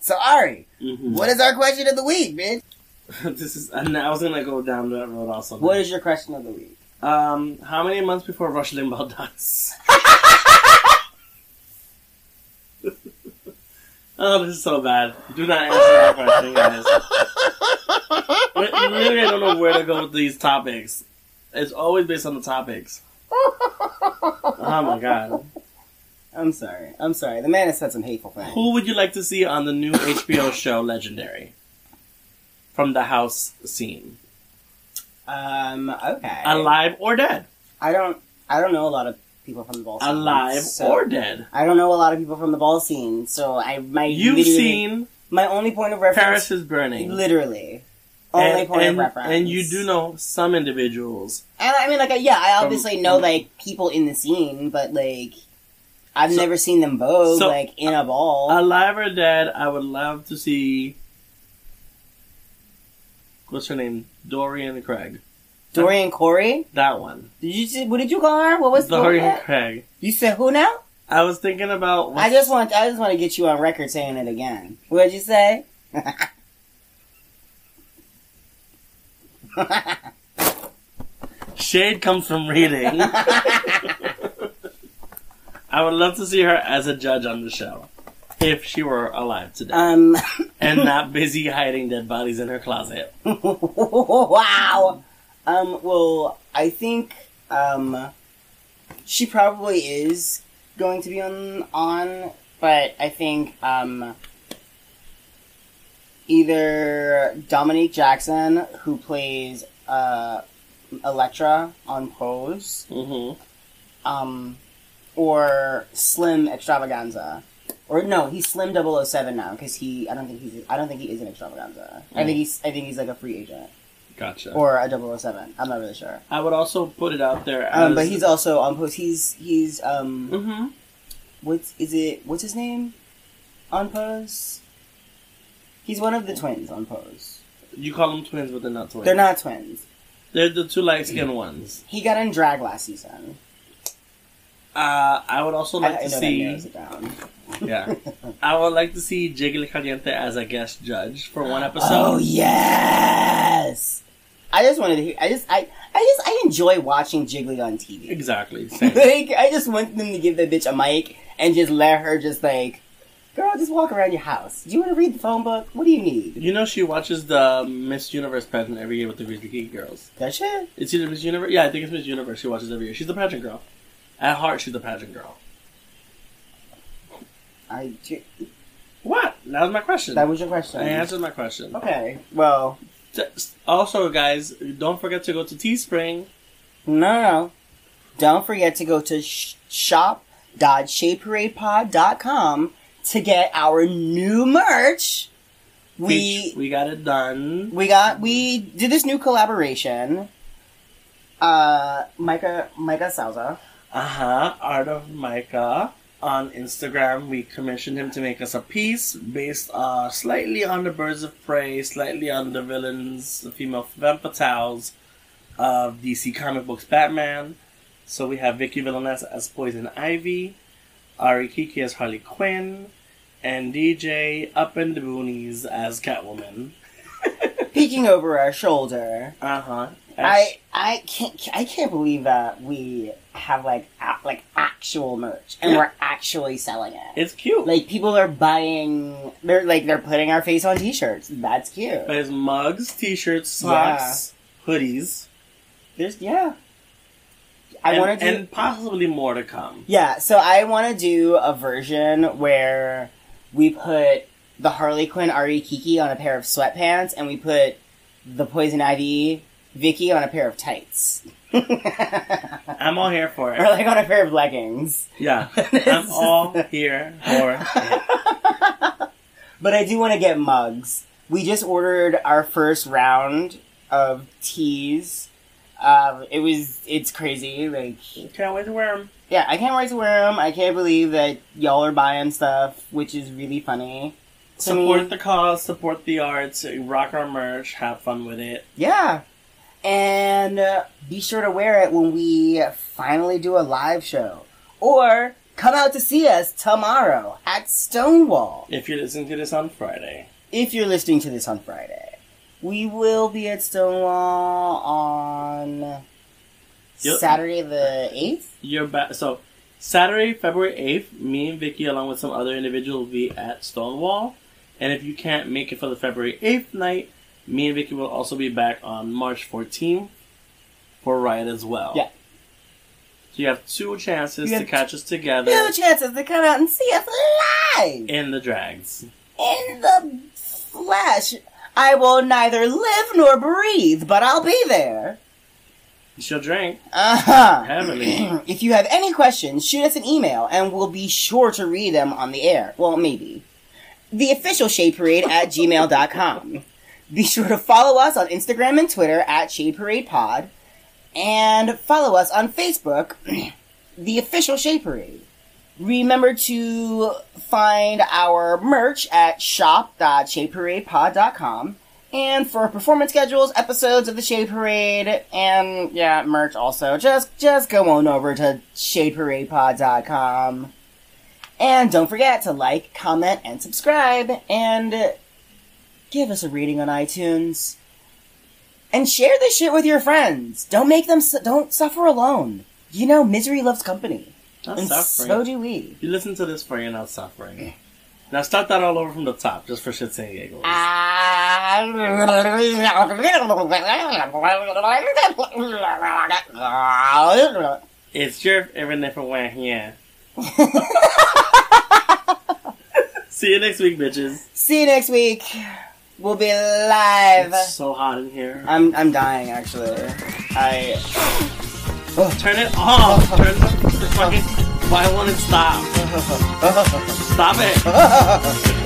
[SPEAKER 2] So, Ari,
[SPEAKER 1] Mm-hmm.
[SPEAKER 2] what is our question of the week, bitch?
[SPEAKER 1] this is. And I was gonna go down that road also.
[SPEAKER 2] What is your question of the week?
[SPEAKER 1] Um, how many months before Rush Limbaugh dies? oh, this is so bad. Do not answer that question, guys. I- Literally, I don't know where to go with these topics. It's always based on the topics. Oh my god.
[SPEAKER 2] I'm sorry. I'm sorry. The man has said some hateful things.
[SPEAKER 1] Who would you like to see on the new HBO show Legendary? From the house scene.
[SPEAKER 2] Um. Okay.
[SPEAKER 1] Alive or dead?
[SPEAKER 2] I don't. I don't know a lot of people from the ball. scene,
[SPEAKER 1] Alive
[SPEAKER 2] so-
[SPEAKER 1] or dead?
[SPEAKER 2] I don't know a lot of people from the ball scene, so I my
[SPEAKER 1] You've
[SPEAKER 2] literally-
[SPEAKER 1] seen
[SPEAKER 2] my only point of reference.
[SPEAKER 1] Paris is Burning.
[SPEAKER 2] Literally, only
[SPEAKER 1] and,
[SPEAKER 2] point
[SPEAKER 1] and-
[SPEAKER 2] of reference.
[SPEAKER 1] and you do know some individuals.
[SPEAKER 2] And I mean, like, yeah, I
[SPEAKER 1] From-
[SPEAKER 2] obviously know
[SPEAKER 1] from-
[SPEAKER 2] like people in the scene, but like, I've
[SPEAKER 1] So-
[SPEAKER 2] never seen them both
[SPEAKER 1] so- uh,
[SPEAKER 2] like in a ball.
[SPEAKER 1] Alive or dead, I would love to see. What's her name? Dorian Craig.
[SPEAKER 2] Dorian Corey.
[SPEAKER 1] That one.
[SPEAKER 2] Did you? see- What did you call her? What was
[SPEAKER 1] Dorian
[SPEAKER 2] the?
[SPEAKER 1] Craig.
[SPEAKER 2] You said who now?
[SPEAKER 1] I was thinking about.
[SPEAKER 2] I just want I just want to get you on record saying it again. What'd you say?
[SPEAKER 1] Shade comes from reading. I would love to see her as a judge on the show. If she were alive today.
[SPEAKER 2] Um
[SPEAKER 1] and not busy hiding dead bodies in her closet.
[SPEAKER 2] wow. Um well, I think um she probably is going to be on on but I think um either Dominique Jackson who plays uh Electra on Pose
[SPEAKER 1] hmm
[SPEAKER 2] um, or Slim Extravaganza, or no, he's Slim 007 now because he. I don't think he's. I don't think he is an Extravaganza. I
[SPEAKER 1] Mm.
[SPEAKER 2] think he's. I think he's like a free agent
[SPEAKER 1] Gotcha.
[SPEAKER 2] or a 007. I'm not really sure.
[SPEAKER 1] I would also put it out there as.
[SPEAKER 2] Um, but he's also on post. He's he's um.
[SPEAKER 1] hmm
[SPEAKER 2] What's is it? What's his name? On pose. He's one of the twins on pose.
[SPEAKER 1] You call them twins, but they're not twins.
[SPEAKER 2] They're not twins.
[SPEAKER 1] They're the two light skinned ones.
[SPEAKER 2] He got in drag last season.
[SPEAKER 1] Uh, I would also
[SPEAKER 2] I,
[SPEAKER 1] like
[SPEAKER 2] I know
[SPEAKER 1] to
[SPEAKER 2] that narrows
[SPEAKER 1] see.
[SPEAKER 2] it down.
[SPEAKER 1] Yeah, I would like to see Jiggly Caliente as a guest judge for one episode.
[SPEAKER 2] Oh yes! I just wanted to hear. I just I I just I enjoy watching Jiggly on TV.
[SPEAKER 1] Exactly. Same.
[SPEAKER 2] like I just want them to give that bitch a mic and just let her just like, girl, just walk around your house. Do you want to read the phone book? What do you need?
[SPEAKER 1] you know, she watches the Miss Universe pageant every year with the Grizzly Geek girls.
[SPEAKER 2] That shit.
[SPEAKER 1] It's either Miss Universe. Yeah, I think it's Miss Universe. She watches every year. She's a pageant girl. At heart, she's a pageant girl.
[SPEAKER 2] I ju-
[SPEAKER 1] What? That was my question.
[SPEAKER 2] that was your question.
[SPEAKER 1] I answered my question.
[SPEAKER 2] Okay. Well,
[SPEAKER 1] Just- Also, guys, don't forget to go to Teespring.
[SPEAKER 2] no, no, no. Don't forget to go to sh- shop.shadeparadepod.com to get our new merch. We
[SPEAKER 1] Bitch, we got it done.
[SPEAKER 2] We got we did this new collaboration. Uh Micah Micah Souza.
[SPEAKER 1] Uh huh. Art of Micah. on Instagram. We commissioned him to make us a piece based uh, slightly on the Birds of Prey, slightly on the villains, the female vampires of DC comic books Batman. So we have Vicky Villanueva as Poison Ivy, Ari Kiki as Harley Quinn, and DJ Up in the Boonies as Catwoman.
[SPEAKER 2] Peeking over our shoulder.
[SPEAKER 1] Uh huh.
[SPEAKER 2] I I can't I can't believe that we have like a, like actual merch and
[SPEAKER 1] Yeah.
[SPEAKER 2] we're actually selling it.
[SPEAKER 1] It's cute.
[SPEAKER 2] Like people are buying, they're like they're putting our face on T-shirts. That's cute.
[SPEAKER 1] There's mugs, t-shirts, socks, hoodies,
[SPEAKER 2] There's yeah. I
[SPEAKER 1] and,
[SPEAKER 2] want to do
[SPEAKER 1] and possibly more to come.
[SPEAKER 2] yeah. So I want to do a version where we put the Harley Quinn Ari Kiki on a pair of sweatpants, and we put the Poison Ivy Vicky on a pair of tights, or like
[SPEAKER 1] I'm all here for it.
[SPEAKER 2] on a pair of leggings.
[SPEAKER 1] Yeah, I'm all here for it.
[SPEAKER 2] But I do want to get mugs. We just ordered our first round of teas. Um, it was it's crazy. Like,
[SPEAKER 1] Can't wait to wear them.
[SPEAKER 2] yeah, I can't wait to wear them. I can't believe that y'all are buying stuff, which is really funny. to me.
[SPEAKER 1] Support the cause, support the arts, rock our merch, have fun with it.
[SPEAKER 2] Yeah. And uh, be sure to wear it when we finally do a live show. Or come out to see us tomorrow at Stonewall.
[SPEAKER 1] If you're listening to this on Friday,
[SPEAKER 2] if you're listening to this on Friday, we will be at Stonewall on
[SPEAKER 1] Yep.
[SPEAKER 2] Saturday the 8th.
[SPEAKER 1] you're back. So Saturday, February eighth, me and Vicky, along with some other individuals, will be at Stonewall. And if you can't make it for the February eighth night, me and Vicky will also be back on March fourteenth for Riot as well.
[SPEAKER 2] Yeah.
[SPEAKER 1] So you have two chances
[SPEAKER 2] You
[SPEAKER 1] to
[SPEAKER 2] have
[SPEAKER 1] catch us together
[SPEAKER 2] Two chances to come out and see us live
[SPEAKER 1] in the drags.
[SPEAKER 2] in the flesh. I will neither live nor breathe, but I'll be there.
[SPEAKER 1] She'll drink
[SPEAKER 2] Uh-huh.
[SPEAKER 1] heavily.
[SPEAKER 2] if you have any questions, shoot us an email and we'll be sure to read them on the air. Well, maybe. The official Shade Parade at gmail.com. Be sure to follow us on Instagram and Twitter at Shade Parade Pod and follow us on Facebook, The Official Shade Parade. Remember to find our merch at shop.shadeparadepod.com. And for performance schedules, episodes of the Shade Parade, and yeah, merch also, just just go on over to shadeparadepod.com. And don't forget to like, comment, and subscribe, and give us a rating on iTunes. And share this shit with your friends. Don't make them su- don't suffer alone. You know, misery loves company,
[SPEAKER 1] Not
[SPEAKER 2] and
[SPEAKER 1] suffering.
[SPEAKER 2] so do we.
[SPEAKER 1] you listen to this for you're not suffering. Now start that all over from the top, just for shits and giggles.
[SPEAKER 2] That's
[SPEAKER 1] It's your every different way, yeah. See you next week, bitches.
[SPEAKER 2] See you next week. We'll be live.
[SPEAKER 1] It's so hot in here.
[SPEAKER 2] I'm I'm dying actually. I
[SPEAKER 1] Turn it off. Turn the fucking. Why won't it stop? Stop it.